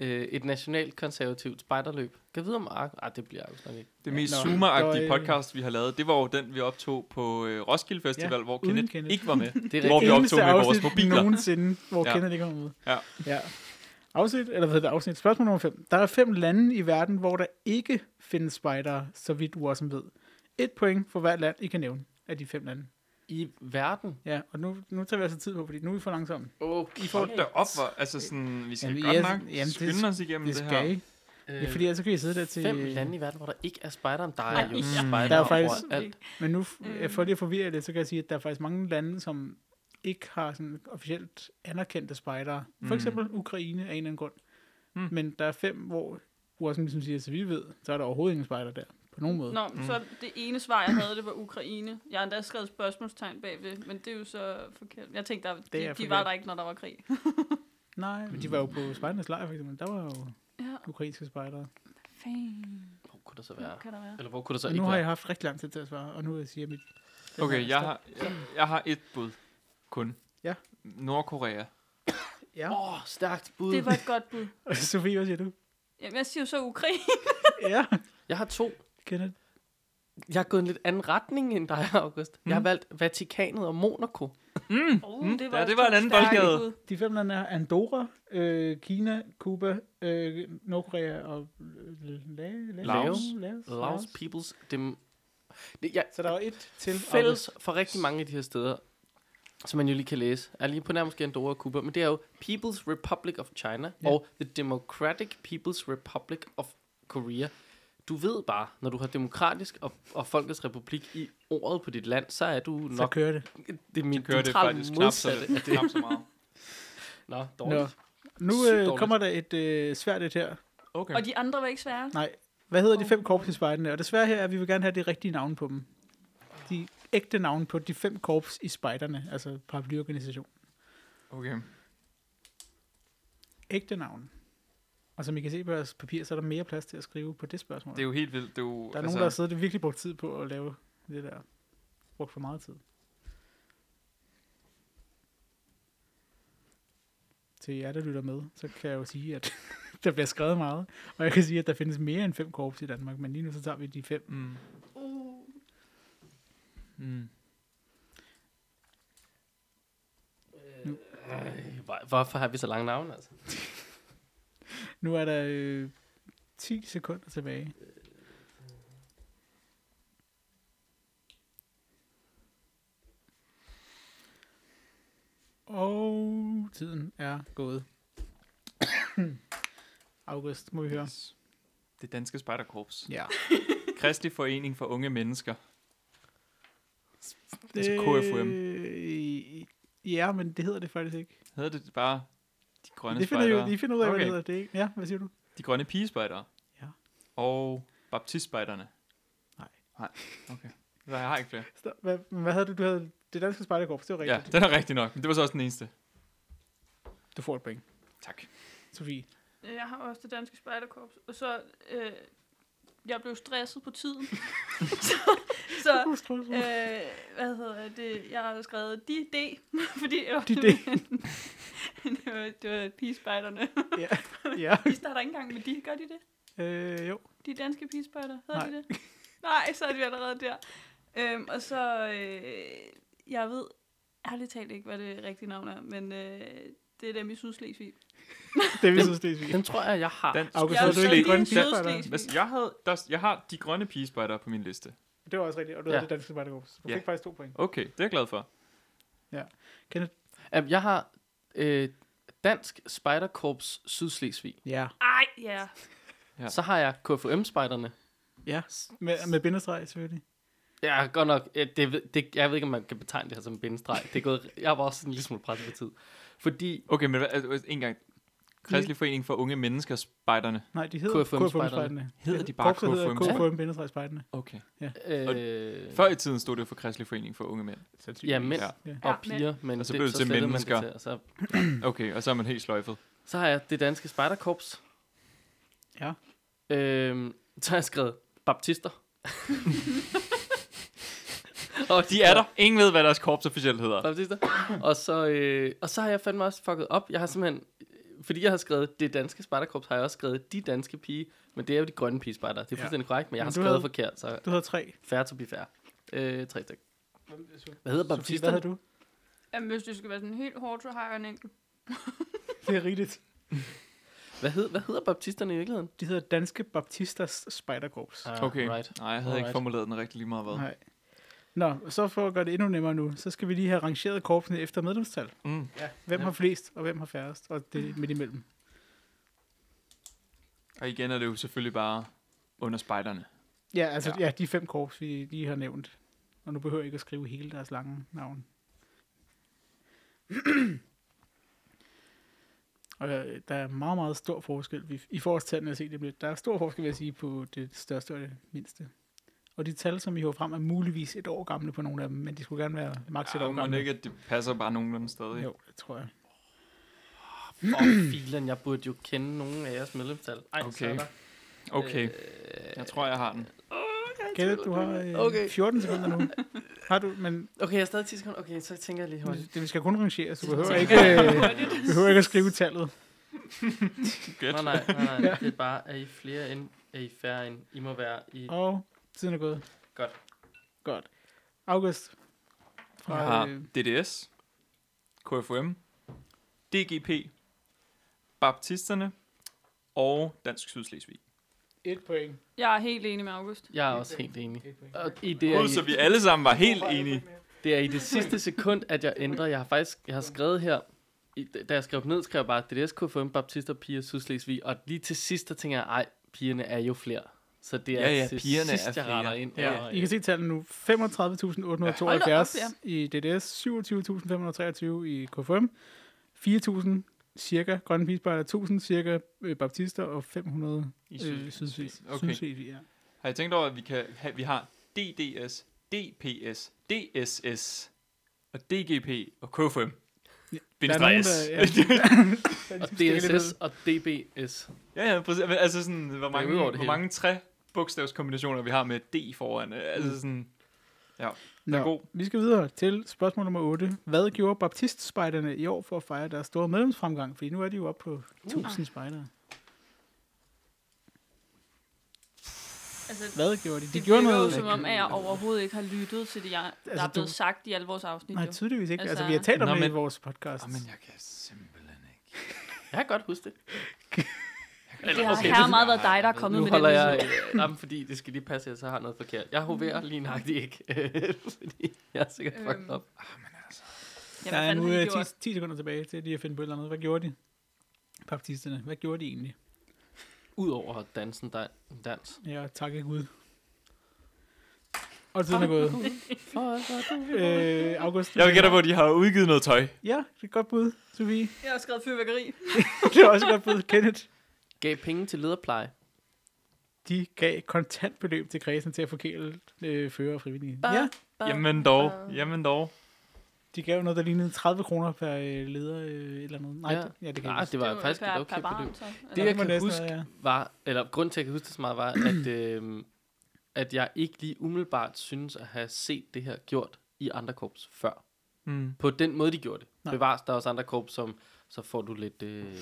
Øh, et nationalt konservativt spejderløb. Kan vide om Ark? Ej, det bliver August nok ikke. Det mest Nå, zoomer-agtige der var, øh, podcast, vi har lavet, det var jo den, vi optog på øh, Roskilde Festival, hvor uden Kenneth, Kenneth. ikke var med. Det er Hvor rigtigt. vi optog Eneste med vores afsnit mobiler. nogensinde, hvor Ja. ja. kender det kommer ud. Ja. ja. Afsnit, eller hvad hedder det, afsnit? Spørgsmål nummer 5. Der er fem lande i verden, hvor der ikke findes spejdere, så vidt Watson ved. Et point for hvert land, I kan nævne af de fem lande. I verden. Ja, og nu, nu tager vi altså tid på, fordi nu er vi for langsomme. Mm, Okay. I får da op, hvor, altså sådan, vi skal Jamen, godt ja, nok jamen, det skynde sk- os igennem det det, skal her. I. Ja, fordi ellers så kan I sidde der til... Fem lande i verden, hvor der ikke er spejderen. Der Ej, er jo ja. spejdere Mm. Der er faktisk- overalt. Men nu, f- for lige at forvirre det, så kan jeg sige, at der er faktisk mange lande, som ikke har sådan officielt anerkendte spejdere. For Mm. eksempel Ukraine af en eller anden grund. Mm. Men der er fem, hvor Watson ligesom siger, så vi ved, så er der overhovedet ingen spejder der. På nogen måde. Nå, men så Mm. det ene svar, jeg havde, det var Ukraine. Jeg har endda skrevet spørgsmålstegn bagved, men det er jo så forkert. Jeg tænkte, der, er de, de forkert. var der ikke, når der var krig. Nej, men de var jo på spejdernes lejr, for eksempel. Der var jo Ja, ukrainske spejdere. fanden. Hvor kunne der så Hvad være? kan der være? Eller hvor kunne der så Og ikke nu har jeg være? haft rigtig lang tid til at svare, og nu vil jeg sige, at mit... den her Okay, jeg stop. har, jeg, jeg har et bud kun. Ja. Nordkorea. Ja. Åh, oh, stærkt bud. Det var et godt bud. Og Sofie, hvad siger du? Jamen, jeg siger jo så Ukraine. ja, Jeg har to. Kenneth. Jeg har gået en lidt anden retning end dig, August. Mm. Jeg har valgt Vatikanet og Monaco. Mm. Oh, Mm, ja, det var en anden boldgade. De fem lande er Andorra, øh, Kina, Cuba, øh, Nordkorea og øh, La- La- Laos. Laos. Laos Laos. Peoples Dem... Det, ja, Så der var et til. fælles for rigtig mange af de her steder, som man jo lige kan læse, er lige på nærmest Andorra og Cuba, men det er jo People's Republic of China Ja. ja. og The Democratic People's Republic of Korea. Du ved bare, når du har demokratisk og, og folkets republik i ordet på dit land, så er du August. Så nok kører det. det er min Det kører det faktisk knap så, modsatte. knap så meget. Nå, dårligt. Nu Sygt øh, dårligt. kommer der et øh, svært et her. Okay. Og de andre var ikke svære. Nej, hvad hedder de fem korps i spejderne? Og desværre her er, at vi vil gerne have de rigtige navne på dem. De ægte navne på de fem korps i spejderne, altså paraplyorganisationen. okay. Ægte navne. Og som I kan se på jeres papir, så er der mere plads til at skrive på det spørgsmål. Det er jo helt vildt. Det er jo, altså- Der er nogen, der har siddet og virkelig brugt tid på at lave det der. Brugt for meget tid. Til jer, der lytter med, så kan jeg jo sige, at der bliver skrevet meget. Og jeg kan sige, at der findes mere end fem korps i Danmark, men lige nu så tager vi de fem. Mm. Uh, Mm. Ej, hvor- Hvorfor har vi så lange navne, altså? Nu er der øh, 10 sekunder tilbage. Og tiden er gået. August, må vi høre. Yes. Det danske spejderkorps. Ja. Kristelig Forening for Unge Mennesker. Det, Altså KFUM. Øh, Ja, men det hedder det faktisk ikke. Hedder det bare De Grønne det finder, jo, Spejdere? I finder ud af, okay. hvad Okay. det hedder. Det er ikke, ja, hvad siger du? De Grønne Pigespejdere? Ja. Og Baptistspejderne? Nej. Nej, okay. Så jeg har ikke flere. Stop. Hvad, hvad havde du? Du havde det danske spejderkorps, det var Ja, rigtigt. den er rigtig nok. Men det var så også den eneste. Du får et point. Tak. Sofie. jeg har også det danske spejderkorps. Og så, øh, jeg blev stresset på tiden. så, så Øh, Øh, hvad hedder det? Jeg har skrevet de D, fordi jeg var De D. det var, det var pigespejderne. ja. ja. De starter ikke engang med de, gør de det? Øh, jo. De danske pigespejder, hedder Nej. de det? Nej, så er de allerede der. Øhm, og så, øh, jeg ved ærligt talt ikke, hvad det rigtige navn er, men øh, det er dem i Sydslesvig. Det er vi så Slesvig. Dem tror jeg, jeg har. Den, Ah, August, Jeg havde er du ikke de stadig grønne i pigespejdere? Sydslesvig. hvis jeg, havde, der, jeg har De Grønne Pigespejdere på min liste. Det var også rigtigt, og du ja. Ja. havde det danske spejderkorps. Du Ja. fik faktisk to point. Okay, det er jeg glad for. Øhm, Jeg har øh, Dansk Spejderkorps Sydslesvig. Ja. Ej, ja. Ja. Så har jeg KFUM-spejderne. Ja, med, med bindestreg selvfølgelig. Ja, godt nok. Ja, Det, ved- det, jeg ved ikke, om man kan betegne det her som en bindestreg. Det er gået, jeg var også en lille smule presset på tid. Fordi Okay, men hvad- altså, en gang. Kristelig Forening for Unge Mennesker Spejderne. Nej, de hedder KFUM -spejderne. KFUM-spejderne. Hedder de bare Korpset hedder KFUM? KFUM bindestreg spejderne. Okay. øh, Før i tiden stod det jo for Kristelig Forening for Unge Mænd. ja, mænd Ja. Ja. og piger, men Og så blev det til slettede man mennesker. til, og så, Okay, og så er man helt sløjfet. så har jeg det danske spejderkorps. Ja. Øh, så har jeg skrevet baptister. og de er der. Ingen ved, hvad deres korps officielt hedder. Baptister. Og så, øh, og så har jeg fandme også fucket op. Jeg har simpelthen, øh, fordi jeg har skrevet det danske spejderkorps, har jeg også skrevet de danske pige, men det er jo de grønne pigespejder. Det er Ja. fuldstændig korrekt, men jeg Men har du skrevet havde- forkert, så Du hedder tre. fair to be fair. Øh, tre stykker. Hvad hedder Sofie, hvad baptisterne? havde du? Jamen, hvis det skal være sådan helt hårdt, så har jeg en enkelt. Det er rigtigt. Hvad, hed, hvad hedder baptisterne i virkeligheden? De hedder Danske Baptisters Spejderkorps. Ah, Okay. Right. Nej, jeg havde ikke Alright. formuleret den rigtig lige meget hvad. Nej. Nå, så for at gøre det endnu nemmere nu, så skal vi lige have rangeret korpsene efter medlemstal. Mm. Hvem Ja. har flest, og hvem har færrest, og det er midt imellem. Og igen er det jo selvfølgelig bare under spejderne. Ja, altså Ja. ja. ja de fem korps, vi lige har nævnt. Og nu behøver jeg ikke at skrive hele deres lange navn. og øh, der er meget, meget stor forskel. Vi, I får også tallene at se det lidt. Der er stor forskel, vil jeg sige, på det største og det mindste. Og de tal, som vi har frem, er muligvis et år gamle på nogle af dem, men de skulle gerne være maks et Ja, år må det gamle. ikke, at det passer bare nogenlunde stadig. Jo, det tror jeg. For filen, jeg burde jo kende nogen af jeres medlemstal. Ej, så Okay. er der. Okay, Øh, jeg tror, jeg har den. Kenneth, du har øh, okay. Okay. 14 sekunder nu. Har du, men Okay, jeg er stadig 10 sekunder. Okay, så tænker jeg lige hurtigt. det, vi skal kun rangere, så du behøver Tænker ikke, øh, behøver ikke at skrive tallet. Gæt. Nej, nej, nej, nej. Det er bare, er I flere end, er I færre end, I må være i... Og tiden er gået. Godt. Godt. August. Jeg Fra, har øh, DDS, KFM, DGP, Baptisterne og Dansk Sydslesvig. Et point. Jeg er helt enig med August. Jeg er også helt enig. Et point. Og i det, er Gud, så i, vi alle sammen var helt enige. det er i det sidste sekund, at jeg ændrer. Jeg har faktisk jeg har skrevet her, i, da jeg skrev dem ned, skrev jeg bare DDS, KFM, Baptister, Piger, Sydslesvig. Og lige til sidst, der tænker jeg, ej, pigerne er jo flere. Så det er Ja, ja, til pigerne sidst, er jeg flere. retter ind. Ja, og, I kan se tallene nu. 35.872 Hold da op, ja. i DDS, 27.523 i KFM, 4.000 cirka grønne pigespejler, 1.000 cirka øh, baptister og 500 I øh, Sydslesvig. sydsvig. Okay. Sydsvig, ja. Har I tænkt over, at vi, kan have, vi har DDS, DPS, DSS og DGP og KFM? Ja, Bindestreg der er nogen, S. der- og DSS og DBS. Ja, ja, præcis. Men altså sådan, hvor er mange, ud over det hvor hele. mange tre bogstavskombinationer vi har med D foran. øh, Altså sådan, Nå, god. vi skal videre til spørgsmål nummer 8. Hvad gjorde baptistspejderne i år for at fejre deres store medlemsfremgang? Fordi nu er de jo oppe på Uh. 1000 spejdere. Altså, Hvad gjorde de? De det gjorde virker noget... jo, som om at jeg overhovedet ikke har lyttet til det, jeg, der Altså, er blevet du- sagt i alle vores afsnit. Nej, jo. tydeligvis ikke. Altså, Altså- vi har talt om Nå, det i men- vores podcast. Jamen, jeg kan simpelthen ikke. Jeg kan godt huske det. det har okay, her det- meget været dig, der er kommet nu med holder den jeg... lille- Øh, nej, men fordi det skal lige passe, at jeg så har noget forkert. Jeg hoverer lige nøjagtigt ikke, fordi jeg er sikkert fucked Øhm, up. Ja, Der hvad er fanden nu har de øh, 10, gjort? 10 sekunder tilbage til lige at finde på et eller andet. Hvad gjorde de? Baptisterne, hvad gjorde de egentlig? Udover dansen, der dans. Ja, takke Gud. Og tiden er gået. Øh, August. Jeg vil gætte på, at de har udgivet noget tøj. Ja, det er et godt bud, Sofie. Jeg har skrevet fyrværkeri. Det er også et godt bud, Kenneth. Gav penge til lederpleje. De gav kontantbeløb til kredsen til at forkæle øh, fører og frivillige. Ja, Jamen dog, jamen dog. de gav noget, der lignede 30 kroner per øh, leder øh, et eller andet. Nej, Ja. ja. Det, ja, det Ah, kan jeg Nej, ikke. Ah, det var faktisk et per- okay per barn, beløb. så, eller? Det, jeg var kan næsten huske, noget, ja. var, eller grund til, at jeg kan huske det så meget, var, at, øh, at jeg ikke lige umiddelbart synes at have set det her gjort i andre korps før. Mm. På den måde, de gjorde det. Nej. Nej. Bevares, der er også andre korps, som så får du lidt øh,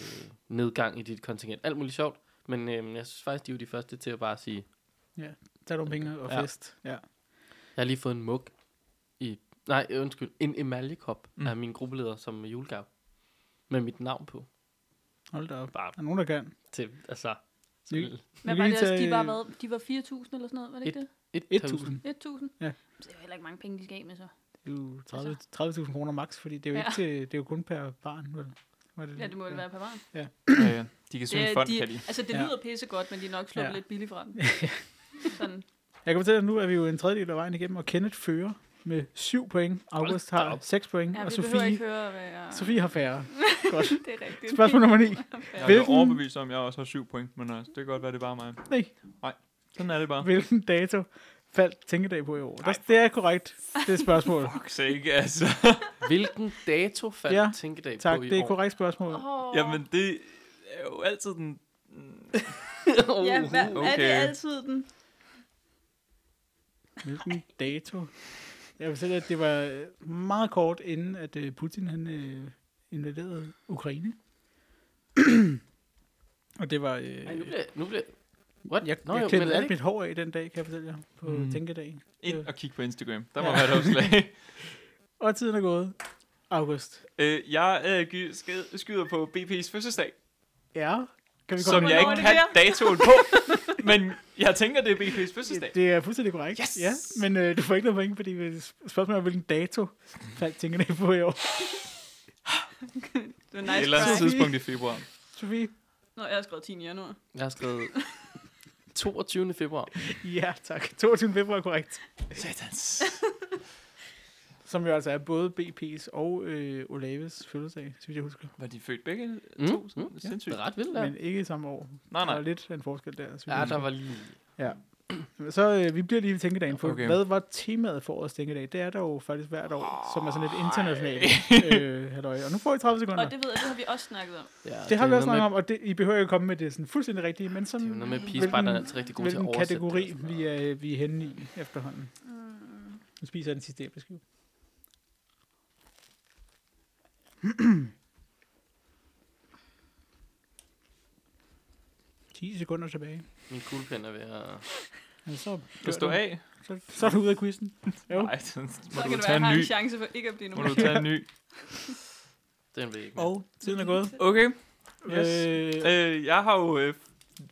nedgang i dit kontingent. Alt muligt sjovt. Men øh, jeg synes faktisk, de er jo de første til at bare sige, Tag nogle penge og Ja. fest. Ja. Jeg har lige fået en mug i... Nej, undskyld. En emaljekop Mm. mm. af min gruppeleder som julegave. Med mit navn på. Hold da op. Bare Der er nogen, der kan. til... Altså... Ny. til Hvad Vi var kan det lige også? De tage- var, hvad? De var 4.000 eller sådan noget, var det ikke det? 1.000. 1.000? Ja. Mm. Så det er jo heller ikke mange penge, de gav med så. Det er jo 30 30.000 kroner max, fordi det er jo, Altså. Ja. ikke til, det er jo kun per barn. Vel? Var Ja, det må det være per barn. Ja, ja. De kan synge Ja, en fond, de, kan de. Altså, det Ja. lyder pissegodt, men de er nok sluppet Ja. lidt billigt fra den. Sådan. Jeg kan fortælle, at nu er vi jo en tredjedel af vejen igennem, og Kenneth fører med 7 point. August Hold da har op. 6 point, Ja, Mm, og vi behøver ikke Sofie, høre, hvad jeg... Sofie har færre. Godt. Det er rigtigt. Spørgsmål nummer 9. Jeg er blevet Hvilken- overbevist om, at jeg også har syv point, men altså, det kan godt være, det er bare mig. Nej. Nej, sådan er det bare. Hvilken dato faldt tænkedag på i år? Ej, Der, det er korrekt, det er spørgsmål. Fuck sake, altså. Hvilken dato faldt Ja, ja, tænkedag Tak, på i det er år? korrekt spørgsmål. Oh. Jamen, det er jo altid den... mm, Åh, Ja, hvad, okay. er det Okay. altid den? Hvilken dato? Jeg vil sige, at det var øh, meget kort inden, at øh, Putin han øh, invaderede Ukraine. og det var... Øh, Ej, nu bliver... Nu bliver What? jeg, Nå, jeg jo, men klippede er alt det ikke, mit hår af den dag, kan jeg fortælle jer, på Mm. mm. tænkedagen. Ind og kig på Instagram. Der må Ja. være et opslag. Og tiden er gået. August. øh, jeg øh, gy- sked- skyder på BP's fødselsdag, Ja. Kan vi komme som jeg Hvornår ikke er kan det datoen på. men jeg tænker, det er BP's fødselsdag. Det er fuldstændig korrekt. Yes! Ja, men øh, du får ikke noget point, fordi øh, spørgsmålet er, hvilken dato faldt tænkedagen på i år. Det var Et nice eller andet try. try. tidspunkt i februar. Sofie? Nå, jeg har skrevet 10. januar. jeg har skrevet 22. februar. Ja, tak. 22. februar er korrekt. Satans. Som jo altså er både BP's og øh, Olaves fødselsdag, synes jeg husker. Var de født begge Mm, to? mm, Mm, Sindssygt. Det er ret vildt, Ja. der. Men ikke i samme år. Nej, Der er nej. lidt en forskel der. Synes Ja, jeg. der var lige... Så øh, vi bliver lige ved tænkedagen. For Okay. okay. Hvad var temaet for årets tænkedag? Det er der jo faktisk hvert år, som er sådan lidt internationalt. øh, halløj. og nu får I 30 sekunder. Og det ved jeg, det har vi også snakket om. Ja, Det har vi er også noget snakket om, og det, I behøver ikke at komme med det sådan fuldstændig rigtige, men sådan, med- Det er jo noget med, at hvilken- pigespejderne er altid rigtig gode til at hvilken oversætte. kategori det og sådan noget. vi er, vi er henne i efterhånden. Nu spiser jeg den sidste æbleskive. Ti sekunder tilbage. Min kuglepen er ved at... Ja, så, Du står af. Så, så er du ude af quizzen. Jo. Nej, så må Så kan du det være, tage jeg en har ny. en chance for ikke at blive Må nummer. du tage en ny. Den ved jeg ikke. Og tiden er gået. Okay. Yes. Øh, Øh, jeg har jo, øh,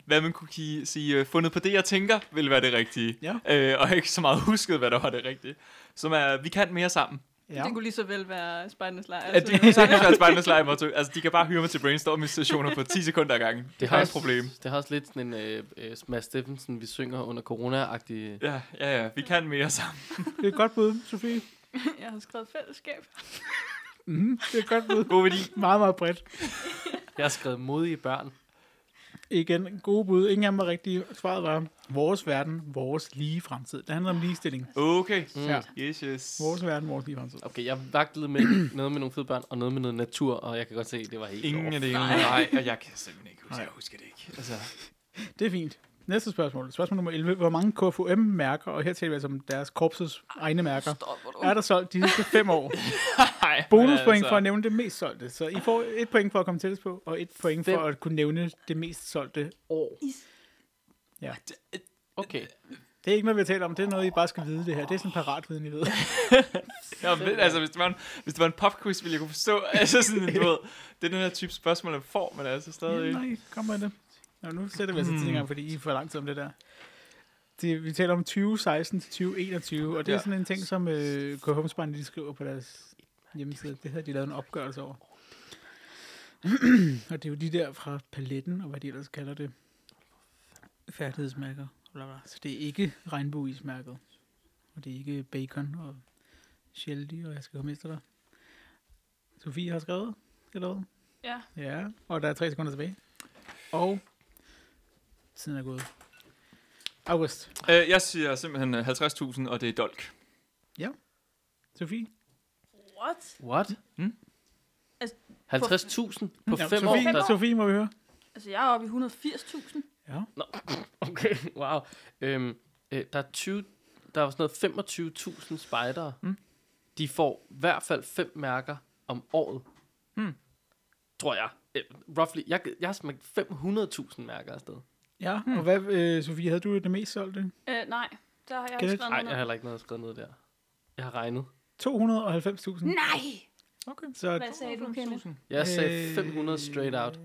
hvad man kunne ki- sige, øh, fundet på det, jeg tænker vil være det rigtige. Ja. Øh, og ikke så meget husket, hvad der var det rigtige. Som er, vi kan mere sammen. ja. Det kunne lige så vel være Spejdernes Lejr. Altså, det kunne sagtens være et spejdernes lejemotto. Altså, de kan bare hyre mig til brainstorming-sessioner på 10 sekunder ad gangen. Det er et også- problem. Det har også lidt sådan en øh, øh, Mads Steffensen, vi synger under corona-agtig... Ja, ja, ja. Vi kan mere sammen. Det er et godt bud, Sofie. Jeg har skrevet fællesskab. Mm, det er et godt bud. God værdi. Meget, meget bredt. Jeg har skrevet modige børn. Mm. Igen, gode bud. Ingen af dem var rigtige. Svaret var, vores verden, vores lige fremtid. Det handler om ligestilling. Okay. Mm. Ja. Yes, yes. Vores verden, vores lige fremtid. Okay, jeg vaklede med noget med nogle fede børn, og noget med noget natur, og jeg kan godt se, at det var helt Ingen over. af det ene. Nej, og jeg kan simpelthen ikke huske. Nej. Jeg husker det ikke. Altså, Det er fint. Næste spørgsmål. Spørgsmål nummer 11. Hvor mange KFUM-mærker, og her taler vi altså om deres korpses egne mærker, Stop, hvor du... er der solgt de sidste fem år? nej. Bonuspoint altså- for at nævne det mest solgte. Så I får et point for at komme tættest på, og et point for Fem. at kunne nævne det mest solgte år. Okay. Det er ikke noget, vi har talt om. Det er noget, I bare skal vide det her. Det er sådan paratviden, I ved. Ja, men, altså, hvis det, var en, hvis det var en popquiz, ville jeg kunne forstå. Altså, sådan, du ved, det er den her type spørgsmål, man får, men altså stadig... Hmm. Nej, kom med det. Nå, nu sætter vi os altså til gang, fordi I er for lang tid om det der. Det, vi taler om 2016 til 2021, og det er Ja. sådan en ting, som øh, KHM de skriver på deres hjemmeside. Det havde de lavet en opgørelse over. og det er jo de der fra paletten, og hvad de ellers kalder det. Færdighedsmærker. Bla bla. Så det er ikke regnbueismærket. Og det er ikke bacon og sheldy, og jeg skal komme efter dig. Sofie har skrevet, eller hvad? Ja, Ja, og der er tre sekunder tilbage. Og tiden er gået. August. Øh, jeg siger simpelthen øh, 50.000, og det er dolk. Sofie? what? What? Mm. Altså, 50.000 på Mm. Ja, 5 år? Sofie, Der... Sofie må vi høre. Altså, jeg er oppe i 180.000. Ja. Nå, okay, wow. Øhm, øh, der er 20, der er jo sådan noget 25.000 spejdere. Mm. De får i hvert fald fem mærker om året. Mm. Tror jeg. Øh, roughly. Jeg, jeg har smagt 500.000 mærker afsted. Ja, hmm. og hvad, øh, Sofie, havde du det mest solgte? Øh, nej, der har jeg Kan ikke skrevet det- Nej, jeg har noget. heller ikke noget skrevet ned der. Jeg har regnet. 290.000. Nej! Okay. Så Hvad sagde du, Kenneth? Jeg sagde Øh, 500 straight out.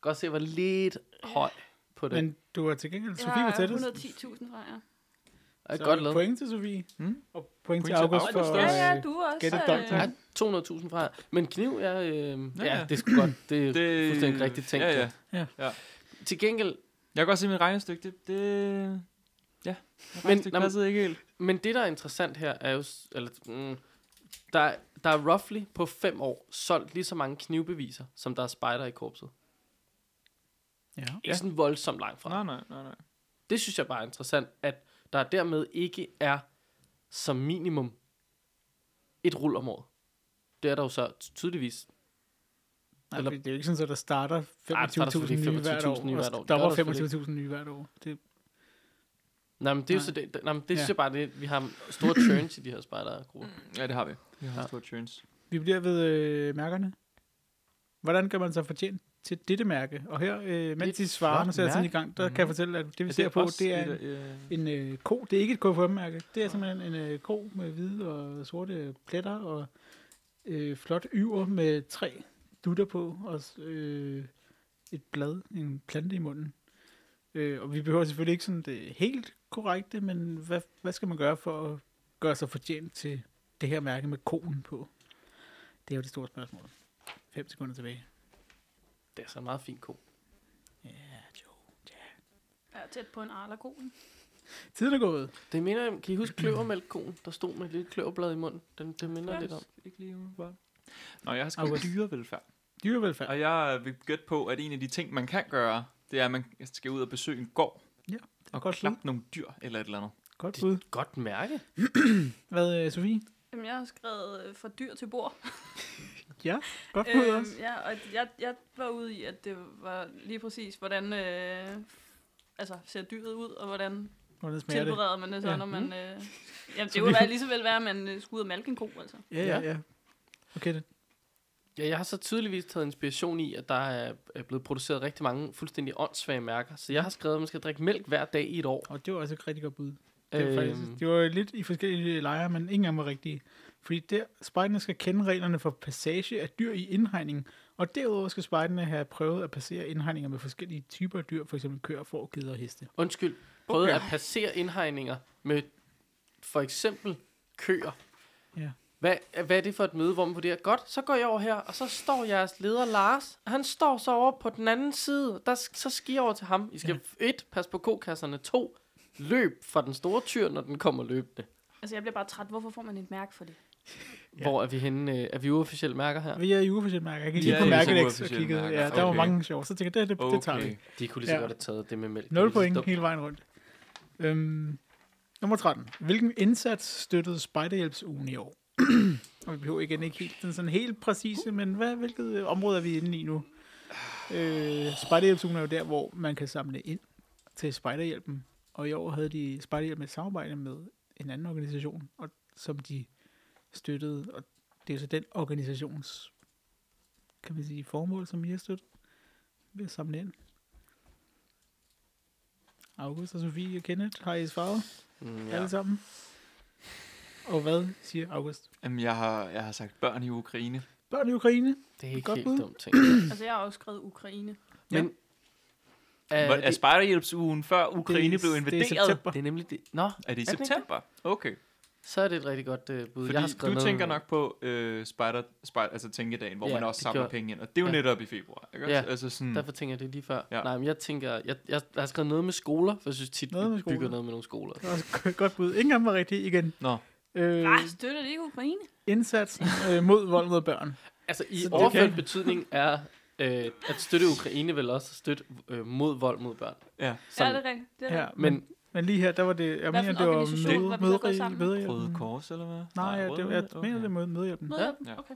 Godt se, jeg var lidt høj på det. Men, Men du var til gengæld, Sofie Jeg var har tættest. 110.000 fra jer. jeg Så er godt lavet. Point til Sofie. Hmm? Og point, point til til August August. for... Og, Ja, ja, øh, du er også... gæt et doktor. Jeg er 200.000 fra. Men kniv, ja, øh, ja, ja. ja, det er sgu godt. Det er Det det... fuldstændig rigtigt tænkt. Ja, ja. Til gengæld, Jeg kan godt se mit regnestykke. Det, det ja, Men, men, det nå, men- passede ikke helt. men det, der er interessant her, er jo... s- Eller, mm, der, er- der er roughly på fem år solgt lige så mange knivbeviser, som der er spejder i korpset. Ja. Ikke ja. sådan voldsomt langt fra. Nej, nej, nej, nej. Det synes jeg bare er interessant, at der dermed ikke er som minimum et rul om året. Det er der jo så tydeligvis. Nej, Eller- fordi det er jo ikke sådan, at der starter der starter 25.000 selvfølgelig nye hvert 25.000 nye hvert år, år. og Det gør stopper der selvfølgelig 25.000 nye hvert år. Det, Nej, men det er jo Nej. så det, nej, men det synes Ja. jeg bare, det, vi har store churns i de her spejdergrupper. Ja, det har vi. Vi har Ja. ja. stor chance. Vi bliver ved øh, mærkerne. Hvordan gør man sig fortjent til dette mærke? Og her, øh, mens Det er I et svarer, nu flot sætter jeg tiden i mærke. gang, der mm. Mhm. kan jeg fortælle, at det vi ja, ser på, det er en, øh, en øh, ko. Det er ikke et KFM-mærke. Det er simpelthen en øh, ko med hvide og sorte pletter og øh, flot yver med tre dutter på og s- øh, et blad, en plante i munden. Øh, og vi behøver selvfølgelig ikke sådan det helt korrekte, men hvad, hvad skal man gøre for at gøre sig fortjent til det her mærke med koen på? Det er jo det store spørgsmål. 5 sekunder tilbage. Det er så en meget fin ko. Ja, Joe. Jeg er tæt på en Arla-kolen. Tiden er gået. Det minder, om- kan I huske kløvermælkkoen, der stod med et lille kløverblad i munden? Den, det minder ja, lidt om. Ikke lige umiddelbart. Nå, jeg har skrevet August. dyrevelfærd. Dyrevelfærd. Og jeg vil gætte på, at en af de ting, man kan gøre, det er, at man skal ud og besøge en gård og Godt bud. klappe nogle dyr eller et eller andet. Godt Det bud. er et godt mærke. Hvad, øh, Sofie? Jamen, jeg har skrevet øh, fra dyr til bord. Ja, godt bud Øhm, også. ja, og jeg, jeg var ude i, at det var lige præcis, hvordan øh, altså, ser dyret ud, og hvordan Hvordan smager det? tilbereder man det så, Ja. ja. når man... Øh, jamen, det Så ville vi- være lige så vel være, at man øh, skulle ud og mælke en ko, altså. Ja, ja, ja. Okay, det. Ja, jeg har så tydeligvis taget inspiration i, at der er er blevet produceret rigtig mange fuldstændig åndssvage mærker. Så jeg har skrevet, at man skal drikke mælk hver dag i et år. Og det var også altså et rigtig godt bud. Øh, Det var, faktisk, Øhm. det var lidt i forskellige lejre, men ikke engang var rigtige. Fordi der, spejderne skal kende reglerne for passage af dyr i indhegning, og derudover skal spejderne have prøvet at passere indhegninger med forskellige typer af dyr, f.eks. køer, får, geder og heste. Undskyld. Prøvede Okay. at passere indhegninger med for eksempel køer. Ja. Hvad, hvad er det for et møde, hvor man vurderer, godt, så går jeg over her, og så står jeres leder Lars, han står så over på den anden side, der, sk- så skal I over til ham. I skal 1. et, pas på kokasserne, to, løb fra den store tyr, når den kommer løbende. Altså, jeg bliver bare træt. Hvorfor får man et mærke for det? Ja. Hvor er vi henne? Øh, er vi uofficielt mærker her? Vi er i uofficielt mærker. Jeg kan Vi lige er på i mærket og uofficielle kigget. mærker. Ja, der var Okay. mange sjove. Så tænker jeg, det, det, det tager vi. Okay. De kunne lige så Ja. godt have taget det med mælk. 0 Det er lige så point dumt. hele vejen rundt. Øhm, nummer 13. Hvilken indsats støttede Spejderhjælpsugen i år? og vi behøver igen ikke helt den sådan helt præcise, men hvad, hvilket øh, område er vi inde i nu? Øh, Spejderhjælpsugen er jo der, hvor man kan samle ind til Spejderhjælpen. Og i år havde de Spejderhjælpen et samarbejde med en anden organisation, og, som de støttede. Og det er så den organisations kan man sige, formål, som I har støttet ved at samle ind. August og Sofie og Kenneth har I svaret Mm, ja. ja. alle sammen. Og hvad siger August? Jamen, jeg har, jeg har sagt børn i Ukraine. Børn i Ukraine? Det er ikke Godt helt bud. dumt ting. Altså, jeg har også skrevet Ukraine. Ja. Men Er, er er Øh, det, spejderhjælpsugen før Ukraine det, blev er- invaderet? Det er september. det er nemlig det. Nå, Er det i Er det ikke september? Okay. så er det et rigtig godt uh, bud. Fordi jeg har skrevet du noget tænker med- nok på øh, spider, spider, altså tænkedagen, hvor Ja, man også det samler gør- penge ind. Og det er jo Ja. netop i februar. Ikke? Ja, Altså sådan, Mm. Derfor tænker jeg det lige før. Ja. Ja. Nej, men jeg tænker, jeg, jeg, jeg har skrevet noget med skoler, for jeg synes tit, Noget noget med vi bygger skoler. noget med nogle skoler. Det var også et godt bud. Ingen af dem var rigtigt igen. Nå. Øh, Nej, støtter det ikke Ukraine? indsats øh, mod vold mod børn. Altså i Så det overført kan- betydning er øh, at støtte Ukraine vel også at støtte øh, mod vold mod børn. ja, Ja, Sådan. det er rigtigt. Det er Ja, rigtigt. Men men lige her, der var det... Jeg Hvad mener, for en det var organisation var det, møde, der går mødre, sammen? Røde mødrehjælpen. Kors, eller hvad? Øhm, Nej, ja, det, jeg Røde- mener, det okay. er mød, mødrehjælpen. Noget af dem? Ja. Okay.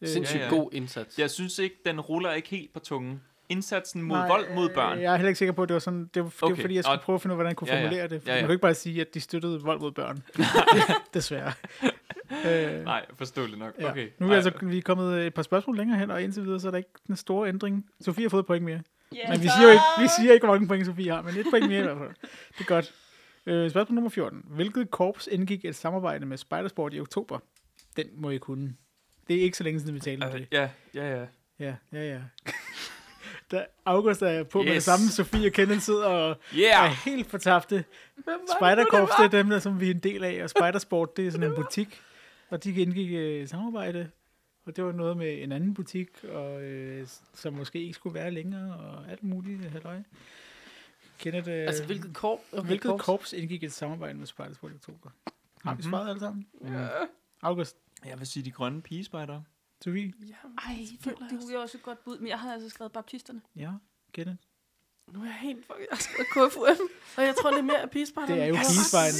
Øh, sindssygt ja. god indsats. Jeg synes ikke, den ruller ikke helt på tungen. Indsatsen mod nej, vold mod børn. øh, Jeg er heller ikke sikker på, at det var sådan... Det var, det var Okay. fordi, jeg skulle Nå. prøve at finde ud af, hvordan jeg kunne Ja, ja. formulere det. For Ja, Man ja. kan ikke bare sige, at de støttede vold mod børn. Desværre. Øh, Nej, forståeligt nok. Ja. Okay. Nu er vi Ej, altså vi er kommet et par spørgsmål længere hen, og indtil videre, så er der ikke den store ændring. Sofie har fået et point mere. Yeah, Men vi siger, jo ikke, vi siger ikke, hvor mange point Sofie har, men et point mere i hvert fald. Det er godt. Øh, spørgsmål nummer 14. Hvilket korps indgik et samarbejde med Spidersport i oktober? Den må I kunne. Det er ikke så længe siden, vi talte om øh, det. Ja, ja, ja. Ja, ja, ja. Der August er på yes. med det Yes. samme. Sofie og Kenneth sidder og er Yeah! helt fortabte. Spiderkorps, det er dem, der, som vi er en del af, og Spidersport, det er sådan en butik, og de indgik øh, et samarbejde, og det var noget med en anden butik, og, øh, som måske ikke skulle være længere, og alt muligt, halløj. Kender det? Altså hvilket korp? Okay, Øh, hvilket korps? korps indgik et samarbejde med Spidersport i oktober? Har vi Mhm. svaret alle sammen? Mm. August, Jeg vil sige de grønne pigespejder. Sofie, Ej, det, det er jo også et godt bud, men jeg havde altså skrevet baptisterne. ja, Kenneth. Nu er jeg helt fucking... Jeg har skrevet KFUM, og jeg tror det er mere af pigespejderne. Det er jo Yes. pigespejlene.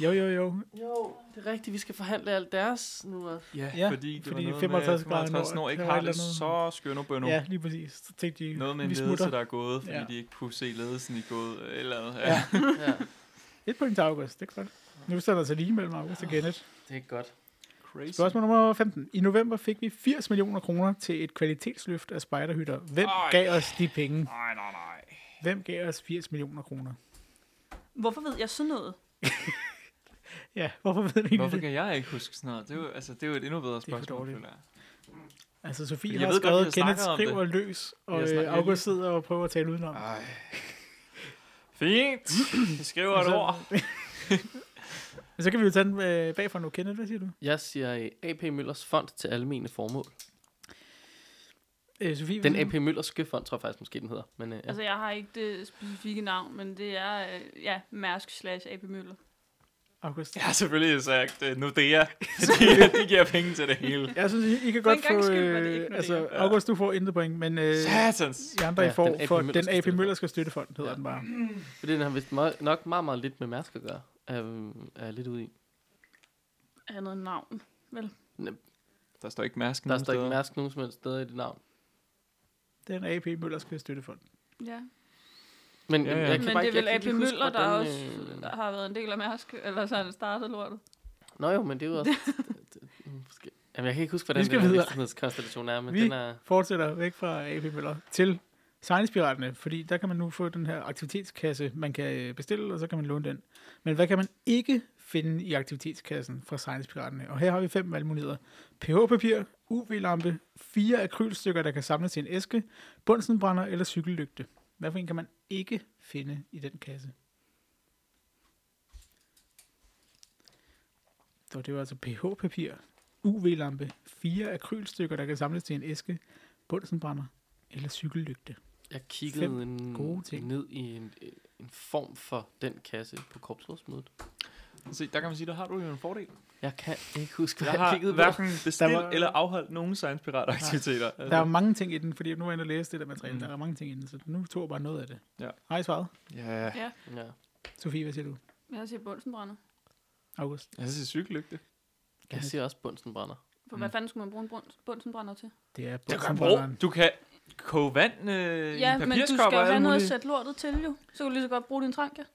Jo, jo, jo. Jo, det er rigtigt. Vi skal forhandle alt deres nu. også. Ja, Ja, fordi det fordi var noget 55 med, at grader 55 nord, ikke der var har et det eller så skønne bønner. Ja, lige præcis. Så tænkte de, Noget med en vi ledelse, smutter. der er gået, fordi Ja. ja. de ikke kunne se ledelsen i gået, øh, eller andet. Ja. Ja. Ja, Et point til August, det er godt. Nu står der altså lige mellem August og Kenneth. det er godt. Crazy. Spørgsmål nummer 15. I november fik vi 80 millioner kroner til et kvalitetsløft af spejderhytter. Hvem Ej. gav os de penge? Nej, nej, nej. Hvem gav os 80 millioner kroner? Hvorfor ved jeg sådan noget? Ja, hvorfor ved vi ikke Hvorfor det? kan jeg ikke huske sådan noget? Det er jo, altså, det er jo et endnu bedre for spørgsmål, dårligt. føler jeg. Altså, Sofie Jeg jeg har ved godt, vi har skrevet, Kenneth snakket om det. skriver løs, og har øh, snakket- August sidder og prøver at tale udenom. Ej. Fint. Jeg skriver Og et så- ord. Men så kan vi jo tage den øh, bagfra nu. Kenneth, hvad siger du? Jeg siger øh, AP Møllers fond til almene formål. Øh, Sofie, Den hvad siger AP Møllerske fond, tror jeg faktisk måske, den hedder. Men, øh, Ja. ja. Altså, jeg har ikke det specifikke navn, men det er, øh, ja, Mærsk slash AP Møller. du? August. Jeg har selvfølgelig sagt uh, Nordea. de, de giver penge til det hele. Jeg synes, I, I kan For godt en gangs få... skyld var det ikke Øh, noget, altså, det er. August, du får intet point, men øh, Satans. I andre Ja, I får den AP for Møller den skal AP støtte Møller skal støttefond, hedder Ja. den bare. Fordi den har vist meget, nok meget, meget lidt med Mærsk at gøre, er, er jeg lidt ude i. Andet navn. Der står ikke mærsken. Der står ikke Mærsk nogen som helst steder i det navn. Den AP Møller skal støttefond. Ja. Men, Ja, ja. Jeg kan Men bare, det ikke- er jeg vel kan AP ikke lige huske, Møller, der hvordan, også der har været en del af Mærsk, eller så har det startet lortet. Øh... Nå jo, men det er jo også... Mm, måske- Jamen, jeg kan ikke huske, hvordan Vi skal den her videre. virksomhedskonstellation er, men Vi- den er... fortsætter væk fra AP Møller til Sejlspiraterne, fordi der kan man nu få den her aktivitetskasse, man kan øh, bestille, og så kan man låne den. Men hvad kan man ikke finde i aktivitetskassen fra Sejlspiraterne? Og her har vi fem valgmuligheder. pH-papir, UV-lampe, fire akrylstykker, der kan samles i en æske, bunsenbrænder eller cykellygte. Hvad for en kan man ikke finde i den kasse? Så det var altså pH-papir, UV-lampe, fire akrylstykker, der kan samles til en æske, bunsenbrænder eller cykellygte. Altså- Jeg kiggede en, gode ting. ned i en, en form for den kasse på korpsrådsmødet. Se, der kan man sige, der har du jo en fordel. Jeg kan ikke huske, hvad Jeg jeg, har kiggede på. hverken bestilt Der var- eller afholdt nogen science pirat aktiviteter. Altså, Der er mange ting i den, fordi nu er jeg inde og læse det der materiale. Mm. Mm. Der er mange ting i den, så nu tog jeg bare noget af det. Ja. Har I svaret? ja, Ja. Sofie, hvad siger du? Jeg siger Bunsenbrænder. August? jeg synes, cykellygte. Jeg siger også Bunsenbrænder. For Mm. hvad fanden skulle man bruge en brun- Bunsenbrænder til? Det er Du kan, bruge, bunsenbrænderen. du kan koge vand øh, ja, i men du papirskopper skal jo og have alt noget at muligt. sætte lortet til, jo. Så kan du lige så godt bruge din trank, ja.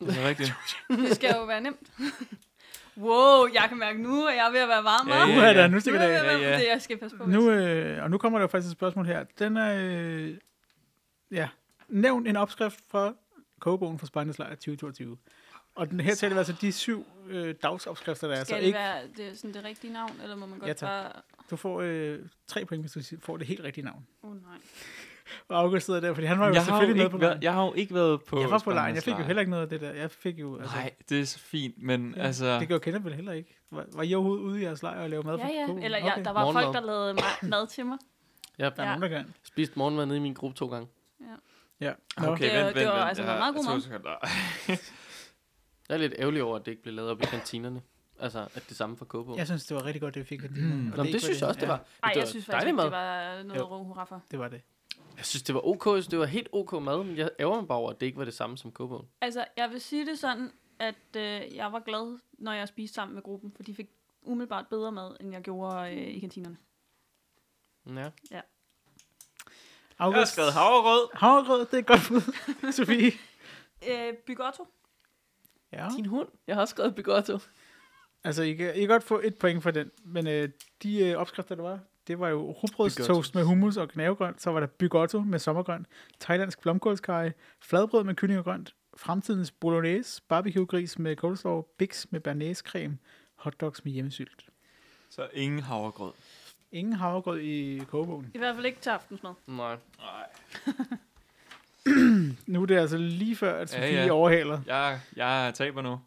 Det er rigtigt. Det skal jo være nemt. wow, jeg kan mærke nu, at jeg er ved at være varm. Ja, hva'? ja, Nu er der, nu Nu stikker er jeg ved der at være- Ja, ja. Det jeg skal passe på. med. Nu, øh, og nu kommer der faktisk et spørgsmål her. Den er, øh, ja, nævn en opskrift fra kogebogen fra Spejdernes Lejr 2022. Og den her taler vi altså de syv øh, dagsopskrifter, der er. skal Så det ikke, være det, sådan det rigtige navn, eller må man godt Ja, ja, tak. bare... du får øh, tre point, hvis du si- får det helt rigtige navn. Åh oh, nej. Og August sidder der, fordi han var jo Jeg har, jo selvfølgelig med på ikke været, lejren. jeg har jo ikke været på... Jeg var på lejren, jeg fik jo Spartans heller ikke noget af det der. Jeg fik jo, lejr. altså, Nej, det er så fint, men Ja, altså... det gjorde Kenneth vel heller ikke. Var, var I overhovedet ude i jeres lejr og lave mad Ja, for ja. kogebogen? Eller ja, Okay. der var Morgenmad. folk, der lavede ma- mad til mig. Jeg Der er ja. nogen, der kan. spiste morgenmad nede i min gruppe to gange. Ja. Ah, Nå. Okay, Det var- vent, det vent, var vent. altså jeg har meget god to mad. sekunder. Jeg er lidt ærgerlig over, at det ikke blev lavet op i kantinerne. Altså, at det samme for KB. Jeg synes, det var rigtig godt, det vi fik. Mm. Mm. Nå, Nå, men det synes jeg også, det var. Ej, det var jeg synes faktisk, dejlig ikke, mad. det var Jo. noget ro hurra for. Det var det. Jeg synes, det var ok. Jeg synes, det var helt ok mad, men jeg ærger mig bare over, at det ikke var det samme som kobogen. Altså, jeg vil sige det sådan, at øh, jeg var glad, når jeg spiste sammen med gruppen, for de fik umiddelbart bedre mad, end jeg gjorde øh, i kantinerne. Ja. Jeg har skrevet havregrød. Havregrød, det er et godt bud, Sofie. Øh, Bygotto? Ja. Din hund. Jeg har også skrevet Bigotto. Altså, I kan, I kan godt få et point for den, men øh, de øh, opskrifter, der var, det var jo rugbrødstoast med hummus og knavegrønt, så var der bygotto med sommergrønt, thailandsk blomkålskarry, fladbrød med kylling og grønt, fremtidens bolognese, barbecuegris med coleslaw, biks med bearnaisecreme, hotdogs med hjemmesylt. Så ingen havregrød. Ingen havregrød i kogebogen. I hvert fald ikke til aftensmad. Nej. Nej. Nu er det altså lige før, at Ja, Sofie ja. overhaler. Jeg, jeg taber nu.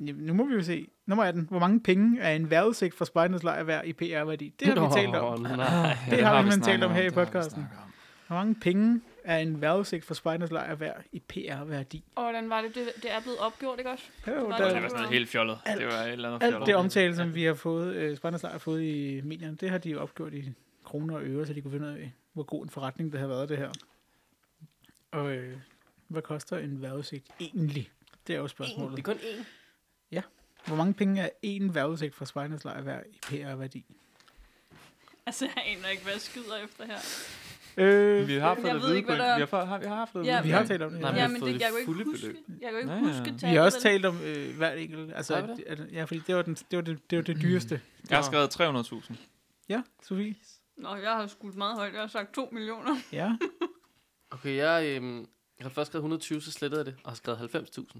Jamen, nu må vi jo se. Nummer 18. Hvor mange penge er en vejrudsigt fra Spejdernes lejr værd i PR-værdi? Det har vi talt om. Åh, nej. Ja, Det har vi snakket talt om her i det har vi podcasten. snakket om. Hvor mange penge er en vejrudsigt fra Spejdernes lejr værd i PR-værdi? Og hvordan var det? det? Det er blevet opgjort, ikke også? Jo, var Det der, det. var sådan noget helt fjollet. Det var et eller andet fjollet. alt det omtale, som vi har fået, øh, Spejdernes lejr har fået i medierne, det har de jo opgjort i kroner og øre, så de kunne finde ud af, hvor god en forretning det har været, det her. Og øh, hvad koster en vejrudsigt egentlig? Det er jo En. Det er spørgsmålet. kun én. Hvor mange penge er en vejrudsigt fra Spejdernes lejr værd i PR-værdi? Altså, jeg aner ikke, hvad jeg skyder efter her. Øh, Vi har fået Jeg det ved vide ikke, på hvad en- der er. vi har, fået- har, vi har haft det Ja, vide vi på har en- talt om det. Nej, ja. vi Ja, har men fået det, det jeg kunne ikke fulde huske. Jeg kunne ikke Ja, ja, ja. huske Vi har også tallet. talt om øh, hvert enkelt. Altså, Har vi det? at, at, ja, fordi det var, den, det, var det, det var det dyreste. Jeg har skrevet 300.000. Ja, Sofie? Nå, jeg har skudt meget højt. Jeg har sagt 2 millioner. Ja. Okay, jeg, øhm, jeg havde først skrevet 120, så slettede jeg det, og har skrevet 90.000.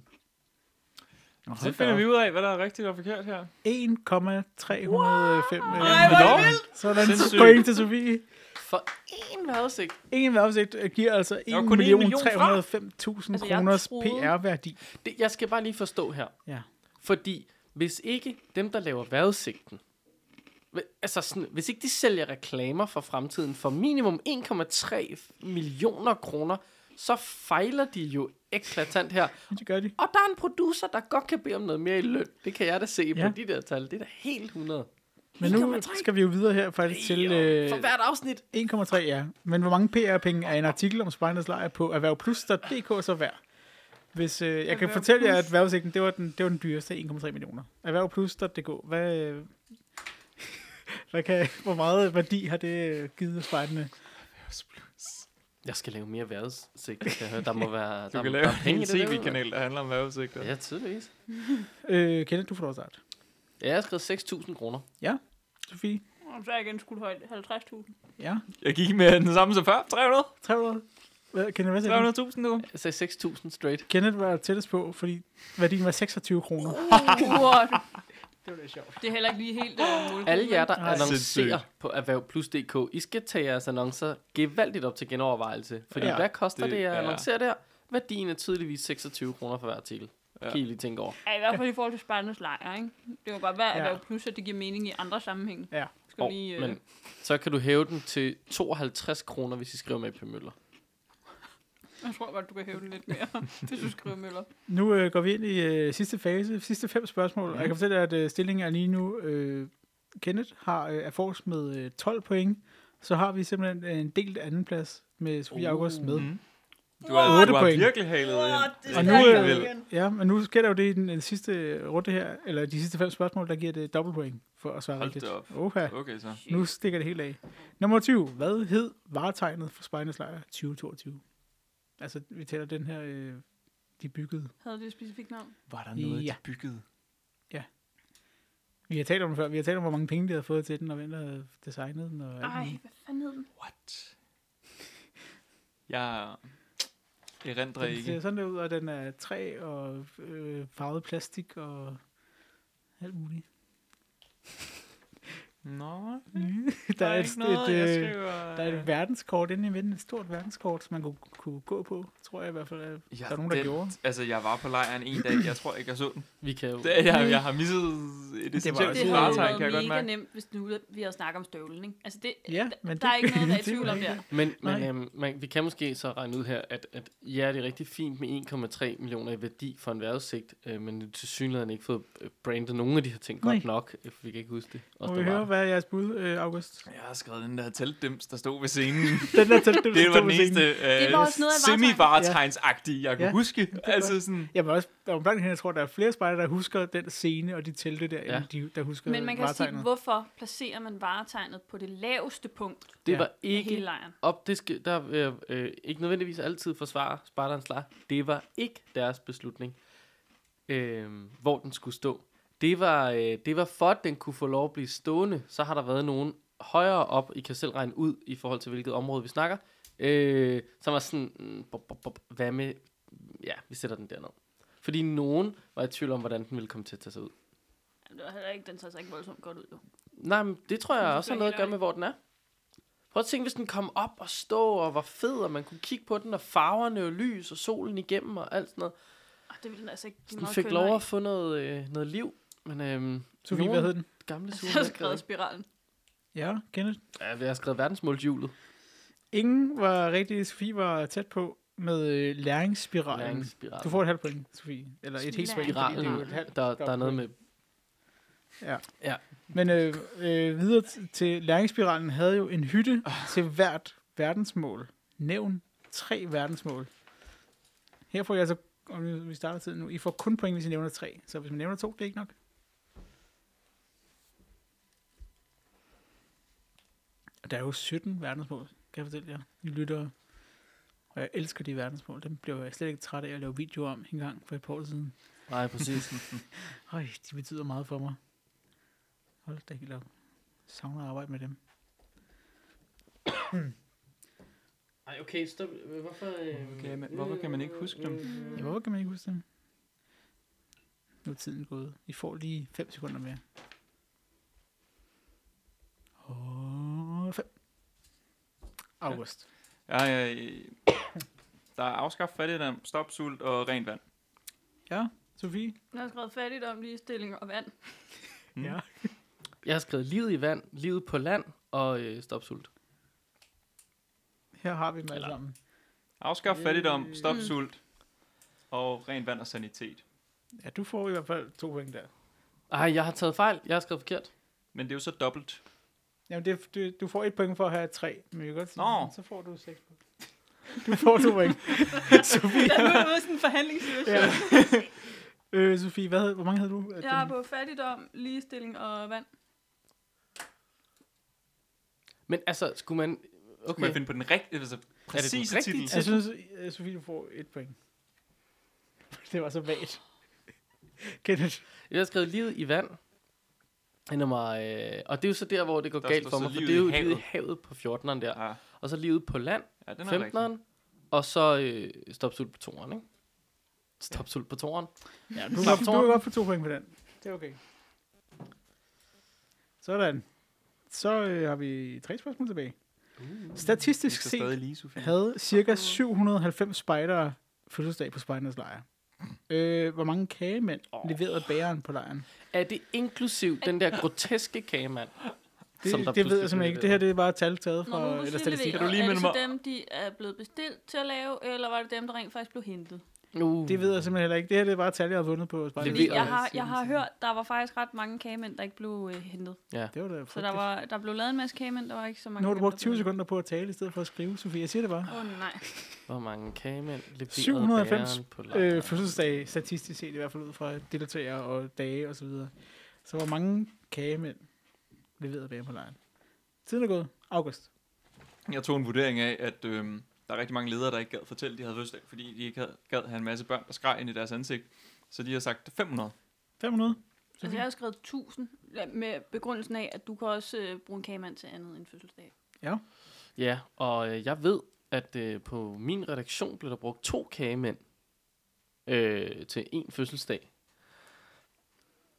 Så finder vi ud af, hvad der er rigtigt og forkert her. 1,305 Ej, hvor er det millioner. øh, Så er der en Sindssygt. point til Sofie. For én vejrudsigt. Ingen vejrudsigt giver altså var kun en million fra. 1.305.000 Altså, jeg kroners troede- PR-værdi. Det, jeg skal bare lige forstå her. Ja. Fordi hvis ikke dem, der laver vejrudsigten, hvi- altså sådan, hvis ikke de sælger reklamer for fremtiden for minimum 1,3 millioner kroner, så fejler de jo eklatant her. Det gør de. Og der er en producer, der godt kan bede om noget mere i løn. Det kan jeg da se ja. Ja. på de der tal. Det er da helt 100. Men nu 1,3. skal vi jo videre her faktisk til øh, For hvert afsnit. 1,3, ja. Men hvor mange PR-penge er en artikel om Spejdernes Lejr på erhvervplus.dk så værd? Hvis, øh, jeg kan Erhverv fortælle jer, Plus. at erhvervsigten, det var den, det var den dyreste, 1,3 millioner. Erhvervplus.dk, hvad, øh, hvad kan, hvor meget værdi har det øh, givet spejderne? Jeg skal lave mere vejrudsigt. kan jeg høre. Der må være, Du der, kan må- lave der er penge en i det derude, tv-kanal, der handler om vejrudsigter. mand. Ja, tydeligvis. Øh, Kenneth, du får lov at starte. Ja, Jeg har skrevet 6.000 kroner. Sofie? Åh, Om så er igen skulle højde 50.000. Ja, Jeg gik med den samme som før. 300. 300. Hvad, kan det være, sådan? 300.000 nu. Jeg sagde 6.000 straight. Kenneth var tættest på, fordi værdien var 26 kroner. What? Det var da sjovt. Det er heller ikke lige helt uh, muligt. Alle jer, der Ej. annoncerer Sindssygt. på erhvervplus.dk, I skal tage jeres annoncer gevaldigt op til genovervejelse. Fordi Ja, ja, hvad koster det, det det at er- annoncere der? Værdien er tydeligvis 26 kroner for hver artikel. Ja. Ja. Kan I lige tænke over. Ja, i hvert fald i forhold til Spartans lejr, ikke? Det var bare værd Ja. at være plus, at det giver mening i andre sammenhænge. Ja. Skal oh, Og- lige, øh, Men så kan du hæve den til 52 kroner, hvis I skriver med P. Møller. Jeg tror godt, du kan hæve den lidt mere, hvis du skriver Møller. Nu øh, går vi ind i øh, sidste fase, sidste fem spørgsmål, og jeg Mhm. kan fortælle jer, at øh, stillingen er lige nu, øh, Kenneth har, øh, er forrest med øh, 12 point, så har vi simpelthen øh, en delt andenplads med Sofie Uh. August med. Mm. Du har, Otte du har point. virkelig halet ind. det Og er nu, stærkt øh, igen. Ja, men nu sker der jo det i den, den sidste runde her, eller de sidste fem spørgsmål, der giver det dobbelt point for at svare Hold rigtigt. da op. Oha, Okay, så. nu stikker det helt af. Nummer 20. Hvad hed varetegnet for Spejnes Lejr 2022? Altså, vi tæller den her, øh, de byggede. Havde det et specifikt navn? Var der noget, de Ja. byggede? Vi har talt om det før. Vi har talt om, hvor mange penge de havde fået til den, og hvem der havde designet den. Og alt Ej, muligt. hvad fanden hed den? What? Jeg erindrer den ser ikke. sådan der ud, og den er træ og øh, farvet plastik og alt muligt. Nå, der, er et, et, jeg øh, skriver. der er et verdenskort inde i midten, et stort verdenskort, som man kunne, kunne gå på, tror jeg i hvert fald. at Ja, der er nogen, der den- gjorde. Altså, jeg var på lejren en dag. Jeg tror ikke, jeg så den. Vi kan jo... Det, jeg, jeg har misset et essentielt Det også- et havde jo varetegn, varetegn, været kan jeg godt mega mærke. nemt, hvis nu vi havde snakket om støvlen, ikke? Altså, det, Ja, d- men der er det- ikke noget, der er i det tvivl om var der. ikke- Men, men Nej. øhm, man, vi kan måske så regne ud her, at, at ja, det er rigtig fint med 1,3 millioner i værdi for en vejrudsigt, øh, men til synligheden ikke fået øh, brandet nogen af de her ting Nej. godt nok, øh, for vi kan ikke huske det. Må der vi var høre, der. hvad er jeres bud, øh, August? Jeg har skrevet den der teltdims, der stod ved scenen. Den der tæt, Det var den eneste Det var også noget af varetegn. semi-varetegnsagtige, jeg kunne Ja. huske. Altså sådan, Jeg var også, der var blandt andet, jeg tror, der er flere spejder, der husker den scene og de telte der, ja. Ja. de, der husker Men man kan varetegnet. sige, hvorfor placerer man varetegnet på det laveste punkt Det Ja. var i hele ikke lejren? op, det skal, der øh, øh, ikke nødvendigvis altid forsvare Spartans lejr. Det var ikke deres beslutning, øh, hvor den skulle stå. Det var, øh, det var for, at den kunne få lov at blive stående. Så har der været nogen højere op, I kan selv regne ud, i forhold til hvilket område vi snakker, øh, som var sådan, mm, bop, bop, bop, hvad med, ja, vi sætter den derned. Fordi nogen var i tvivl om, hvordan den ville komme til at tage sig ud. Jamen, Det var heller ikke, den tager sig ikke voldsomt godt ud, jo. Nej, men det tror jeg Synes også jeg har noget at helt gøre med, hvor den er. Prøv at tænke, hvis den kom op og stå og var fed, og man kunne kigge på den, og farverne og lys og solen igennem og alt sådan noget. Ej, Det ville den altså ikke Så give den meget fik kønnere lov af. at få noget, øh, noget liv. Men øhm, Sofie, hvad hed den? Gamle Altså, jeg har sure skrevet spiralen. Ja, Kenneth. Ja, jeg har skrevet verdensmålshjulet. Ingen var rigtig, Sofie var tæt på med øh, læringsspiralen. Læringsspiralen. Du får et halvt point, Sofie. Eller et helt point, fordi det er jo spiralen. et halvt. Der, der er noget med... Men øh, øh, videre t- til læringsspiralen havde jo en hytte til hvert verdensmål. Nævn tre verdensmål. Her får jeg altså, og nu- vi starter tiden nu, I får kun point, hvis I nævner tre. Så hvis man nævner to, det er ikke nok. Og der er jo 17 verdensmål, kan jeg fortælle jer. I lytter, og jeg elsker de verdensmål. Dem blev jeg slet ikke træt af at lave video om en gang for et par år siden. Nej, præcis. Øj, de betyder meget for mig. Hold da helt op. Savner at arbejde med dem. Nej, okay, stop. Hvorfor... Øhm, Øh, Okay, men hvorfor kan man ikke huske dem? Ja, hvorfor kan man ikke huske dem? Nu er tiden gået. I får lige 5 sekunder mere. Og 5. August. jeg, jeg, der er afskaffet fattigdom, stop sult og rent vand. Sofie? Jeg har skrevet fattigdom, ligestilling og vand. Mm. Ja. Jeg har skrevet livet i vand, livet på land og øh, stopsult. Her har vi dem alle Eller- sammen. Afskaf fattigdom, stop Mm. sult og rent vand og sanitet. Ja, du får i hvert fald to point der. Ej, jeg har taget fejl. Jeg har skrevet forkert. Men det er jo så dobbelt. Jamen, det, du, du får et point for at have tre, men jeg kan godt sige, Nå. så får du seks point. Du får to point. Der er nu er ude i sådan en forhandlingssituation. Ja. øh, Sofie, hvad, hed- hvor mange havde du? at Jeg er dem- på fattigdom, ligestilling og vand. Men altså, skulle man... Okay. Må Okay. jeg finde på den rigtige, altså præcise rigtige titel? titel? Jeg synes, øh, Sofie, du får et point. Det var så vagt. Kenneth. Jeg har skrevet livet i vand. Han er meget, øh, og det er jo så der, hvor det går Der galt står for så mig, for livet det er jo i havet. livet i havet på 14'eren der. Ja, Og så livet på land, ja den er rigtig. 15'eren, og så øh, stopsult på 2'eren, ikke? Stopsult på 2'eren. Ja, du Slap var, du tårn. var godt på to point på den. Det er okay. Sådan. Så øh, har vi tre spørgsmål tilbage. Uh. Vi Statistisk skal set stadig lige, Sofie. havde cirka 790 spejdere fødselsdag på spejdernes lejr. Øh, hvor mange kagemænd Åh. oh. leverede bæren på lejren? Er det inklusiv den der groteske kagemand? Det, Som der det ved jeg pludselig simpelthen blev ikke. Det her det er bare tal taget Når fra nu eller Lucia statistik. leverer, Kan du lige er det minde så mig- dem, de er blevet bestilt til at lave, eller var det dem, der rent faktisk blev hentet? Uh. Det ved jeg simpelthen heller ikke. Det her det er bare tal, jeg har vundet på spejdernes Leverede Fordi lejr. jeg har, altså, jeg har sådan. hørt, der var faktisk ret mange kagemænd, der ikke blev øh, hentet. Det var da Så der, frygteligt. var, der blev lavet en masse kagemænd, der var ikke så mange Nu har du af dem, brugt der blev 20 sekunder på at tale, i stedet for at skrive, Sofie. Jeg siger det bare. hentet. Åh oh, nej. Uh, Hvor mange kagemænd leverede 790, bæren på lejren? Øh, fødselsdag, statistisk set i hvert fald ud fra deltagere og dage og så videre. Så hvor mange kagemænd leverede bære på lejren? Tiden er gået. August. Jeg tog en vurdering af, at øhm, der er rigtig mange ledere, der ikke gad fortælle, de havde fødselsdag, fordi de ikke havde, gad have en masse børn, der skreg ind i deres ansigt. Så de har sagt 500. 500. Altså, jeg har skrevet 1000 la- med begrundelsen af, at du kan også øh, bruge en kagemand til andet end fødselsdag. Ja, og øh, jeg ved, at øh, på min redaktion blev der brugt to kagemænd øh, til en fødselsdag.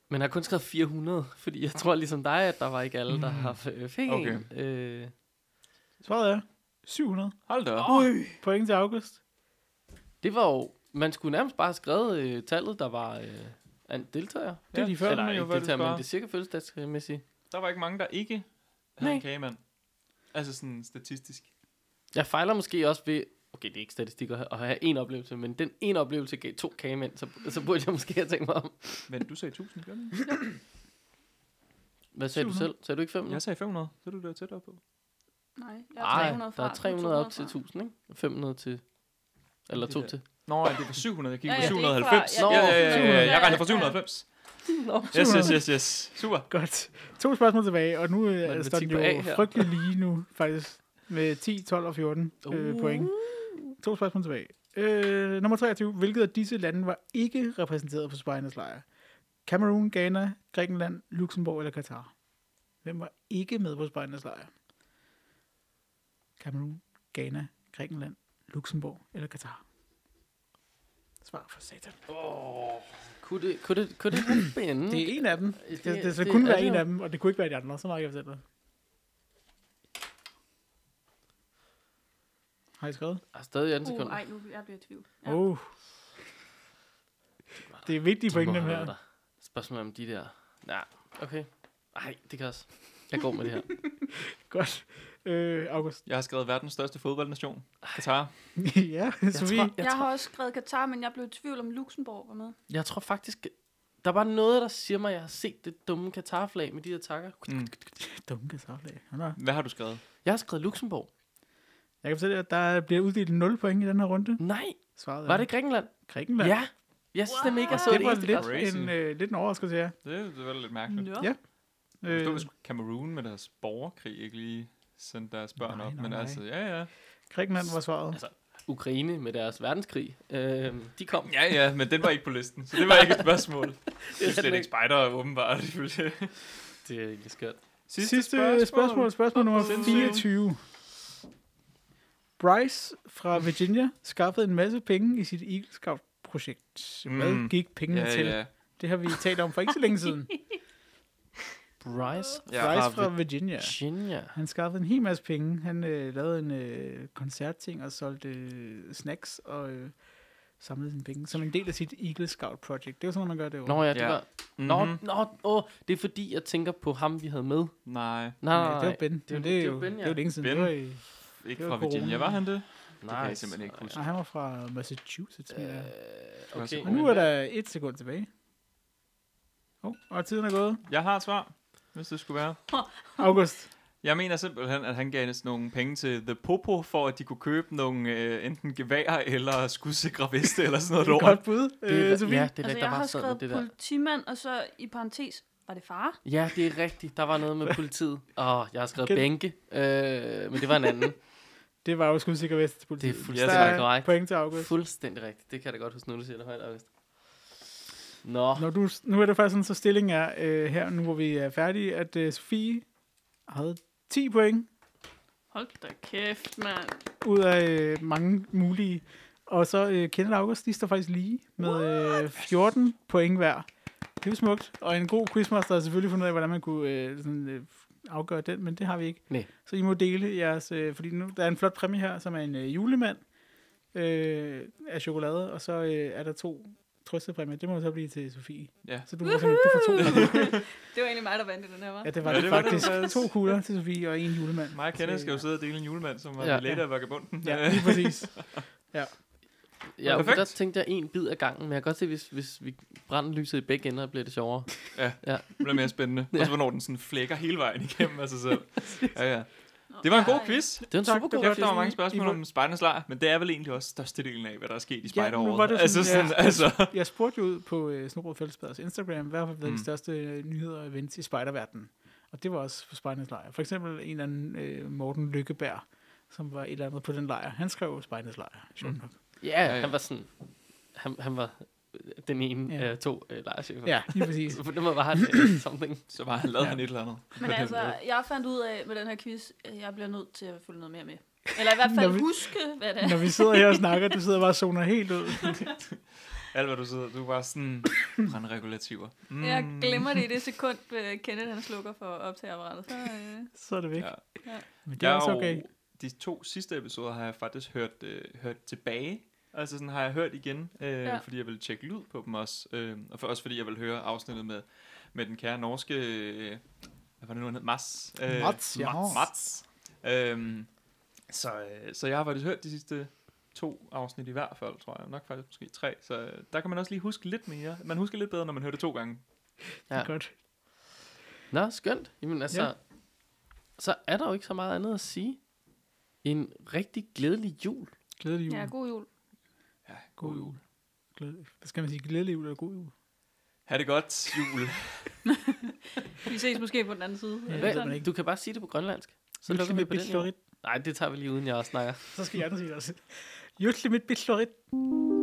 Men jeg har kun skrevet 400, fordi jeg tror ligesom dig, at der var ikke alle, der Mm. har øh, fik Okay. en. Øh, Svaret er 700. Hold da op. Point til August. det var jo, man skulle nærmest bare have skrevet øh, tallet, der var øh, en deltager. Det er Ja, lige før. Eller men jo, ikke hvad du deltager, men svarer. det er cirka fødselsdagsmæssigt. Der var ikke mange, der ikke havde Nej. en kagemand. Altså sådan statistisk. Jeg fejler måske også ved, okay, det er ikke statistik at have- at have en oplevelse, men den ene oplevelse gav to kagemænd, så, så burde jeg måske have tænkt mig om. Men du sagde 1000, gør du ikke? Hvad sagde du 700. selv? Sagde du ikke 500? Jeg sagde 500, så er du der tættere på. Nej, jeg har Ej, 300 fra. der er du 300 op til 200 fra. 1000, ikke? Og 500 til... Eller Det to der. til. Nå, ja, det var 700, jeg Ja, kiggede ja, på det er ikke 790. fra- Ja, ja, ja, ja, det er ja, fra- jeg regner ja, fra 790. Nå. Yes, yes, yes, yes. Super. Godt. To spørgsmål tilbage, og nu øh, Matematik står den på A jo her. frygtelig lige nu, faktisk. Med 10, 12 og 14 øh, Uh. point. To spørgsmål tilbage. Øh, nummer 23. Hvilket af disse lande var ikke repræsenteret på Spejdernes lejr? Kamerun, Ghana, Grækenland, Luxembourg eller Katar? Hvem var ikke med på Spejdernes lejr? Kamerun, Ghana, Grækenland, Luxembourg eller Katar? Svar for satan. Kunne det, kunne det, kunne det være spændende? Det er en af dem. Det- Det, det, det, det det kunne er være det en jo. af dem, og det kunne ikke være de andre. Så meget kan jeg fortælle dig. Har I skrevet? Ah, stadig anden sekund. Uh, ej, nu jeg bliver i tvivl. Ja. Oh. Det er vigtige point, dem her. Spørgsmålet om de der... Nej, okay. Nej, det kan også. Jeg går med det her. Godt. Øh, August. Jeg har skrevet verdens største fodboldnation. Katar. ja, Jeg Sofie. tror, Jeg, jeg, jeg tror, har også skrevet Katar, men jeg blev i tvivl om Luxembourg var med. jeg tror faktisk... Der er bare noget, der siger mig, at jeg har set det dumme Katar-flag med de der takker. Mm. Dumme kasaflag. Nå, nå. Hvad har du skrevet? Jeg har skrevet Luxembourg. Jeg kan fortælle jer, at der bliver uddelt 0 point i den her runde. Nej, Svaret er var det Grækenland? Grækenland. Ja. Jeg synes nemlig ikke, jeg så det, det, det var eneste godt. lidt Crazy. en, øh, lidt en overraskelse, ja. Det, det var lidt mærkeligt. Nå. Ja. Øh. Øh, Det var Cameroon med deres borgerkrig, ikke lige sendte deres børn Nej, op. nej, Men nej. altså, ja, ja. Øh, Grækenland var svaret. Ukraine med deres verdenskrig. Øhm, de kom. Ja, ja, men den var ikke på listen, så det var ikke et spørgsmål. Det er den slet ikke. ikke spejder, åbenbart. ifølge- Det er egentlig skørt. Sidste, Sidste spørgsmål. spørgsmål, spørgsmål nummer Sindssygt. 24. Bryce fra Virginia skaffede en masse penge i sit Eagle Scout-projekt. Hvad Mm. gik pengene Ja, til? ja. Det har vi talt om for ikke så længe siden. Bryce Ja, Bryce fra fra Virginia. Virginia. Han skaffede en hel masse penge. Han øh, lavede en øh, koncertting og solgte øh, snacks og øh, samlede sine penge som en del af sit Eagle Scout Project. Det er jo sådan, noget, man gør det jo. Nå ja, det Ja. var... Nå, Mhm. nå, åh, det er fordi, jeg tænker på ham, vi havde med. Nej, Nej, det var Ben. Det, det var- det, er det jo, var Ben, ja. det er jo længe siden. Ben. Det var i, ikke Det fra var Virginia. corona. Var han det? Nej, kan jeg simpelthen ikke huske. nej, han var fra Massachusetts. mener jeg. Øh, Det var Og okay. nu er der et sekund tilbage. Oh, og tiden er gået. Jeg har et svar, hvis det skulle være. August. Jeg mener simpelthen, at han gav nogle penge til The Popo, for at de kunne købe nogle øh, enten geværer eller skudsikre veste eller sådan noget Et lort. godt bud. Det Øh, er, Sofie. ja, det er Altså, rigtigt, der jeg var har sådan noget, skrevet det der. politimand, og så i parentes, var det far? Ja, det er rigtigt, der var noget med politiet. Åh, oh, jeg har skrevet Kan- bænke, øh, men det var en anden. Det var jo skudsikker vest til Det politiet. er fuldstændig Der er korrekt. Point til August. Fuldstændig rigtigt, det kan jeg da godt huske, nu du siger det højt, August. Nå, Når du, nu er det faktisk sådan, så stillingen er øh, her, nu hvor vi er færdige, at øh, Sofie havde 10 point Hold da kæft, mand. ud af øh, mange mulige. Og så øh, Kenneth og August, de står faktisk lige med øh, 14 point hver. Det er jo smukt. Og en god quizmaster har selvfølgelig fundet ud af, hvordan man kunne øh, sådan, øh, afgøre den, men det har vi ikke. Nej. Så I må dele jeres... Øh, fordi nu der er en flot præmie her, som er en øh, julemand øh, af chokolade, og så øh, er der to trøstepræmier. Det må så blive til Sofie. Ja. Så du, må simpelthen, du får to det var egentlig mig, der vandt i den her, var. Ja, det var Ja, ja, det, det var det faktisk. faktisk. to kugler til Sofie og en julemand. Mig og Kenneth Til- skal jo sidde og dele en julemand, som var Ja. ja. lidt af vagabunden. Ja, lige præcis. ja, Perfekt. der tænkte jeg en bid af gangen, men jeg kan godt se, hvis, hvis vi brænder lyset i begge ender, bliver det sjovere. Det bliver mere spændende. Ja. Ja. Og så hvornår den sådan flækker hele vejen igennem af sig selv. Ja, ja. Det var en god quiz. Det er en Tak, super det god var- Kæft, der var mange I- I spørgsmål må- om spejdernes lejr, men det er vel egentlig også størstedelen af, hvad der er sket i Ja, nu spejderåret. var det altså, sådan, sådan, ja. altså, Jeg spurgte jo ud på øh, Snobrød Fællesbaders Instagram, hvad har været mm. Mm. de største øh, nyheder og events i spejderverdenen. Og det var også på spejdernes lejr. For eksempel en eller anden øh, Morten Lykkeberg, som var et eller andet på den lejr. Han skrev jo spejdernes lejr, sjovt Mm. nok. Ja, ja. han var sådan... Han, han var øh, den ene af Ja. ja. to øh, lejrchefer. Ja, lige præcis. Så på den måde var han øh, something. så var han lavet Ja. han et eller andet. Men altså, jeg fandt ud af med den her quiz, at jeg bliver nødt til at følge noget mere med. Eller i hvert Når fald vi- huske, hvad det er. Når vi sidder her og snakker, du sidder bare og zoner helt ud. Alt hvad du sidder, du var sådan brandregulativer. Mm. Jeg glemmer det i det sekund, øh, Kenneth han slukker for optageapparatet. Så, øh, Så er det væk. Ja. Men det Jeg er er også jo- okay. De to sidste episoder har jeg faktisk hørt, øh, hørt tilbage. Altså sådan har jeg hørt igen, øh, Ja. ja. fordi jeg ville tjekke lyd på dem også. Øh, og for, også fordi jeg ville høre afsnittet med, med den kære norske... Øh, hvad var det nu, han hed? Mads? Øh, Mats, ja. Mats. Mats. Øhm, så, øh, så jeg har faktisk hørt de sidste to afsnit i hvert fald, tror jeg. Nok faktisk måske tre. Så øh, der kan man også lige huske lidt mere. Man husker lidt bedre, når man hører det to gange. Ja. Godt. Nå, skønt. Jamen altså, Ja. ja. så er der jo ikke så meget andet at sige. En rigtig glædelig jul. Glædelig jul. ja, god jul. Ja, God jul. Glædelig. Hvad skal man sige? Glædelig jul eller god jul? Ha' det godt, jul. Vi ses måske på den anden side. Ja, Eller ved Hvad, sådan. man ikke. du kan bare sige det på grønlandsk. Så Lykkelig lukker vi med på den. bitlorit. her. Nej, det tager vi lige uden, jeg også snakker. Så skal jeg andre sige det også. Jutli mit bitlorit.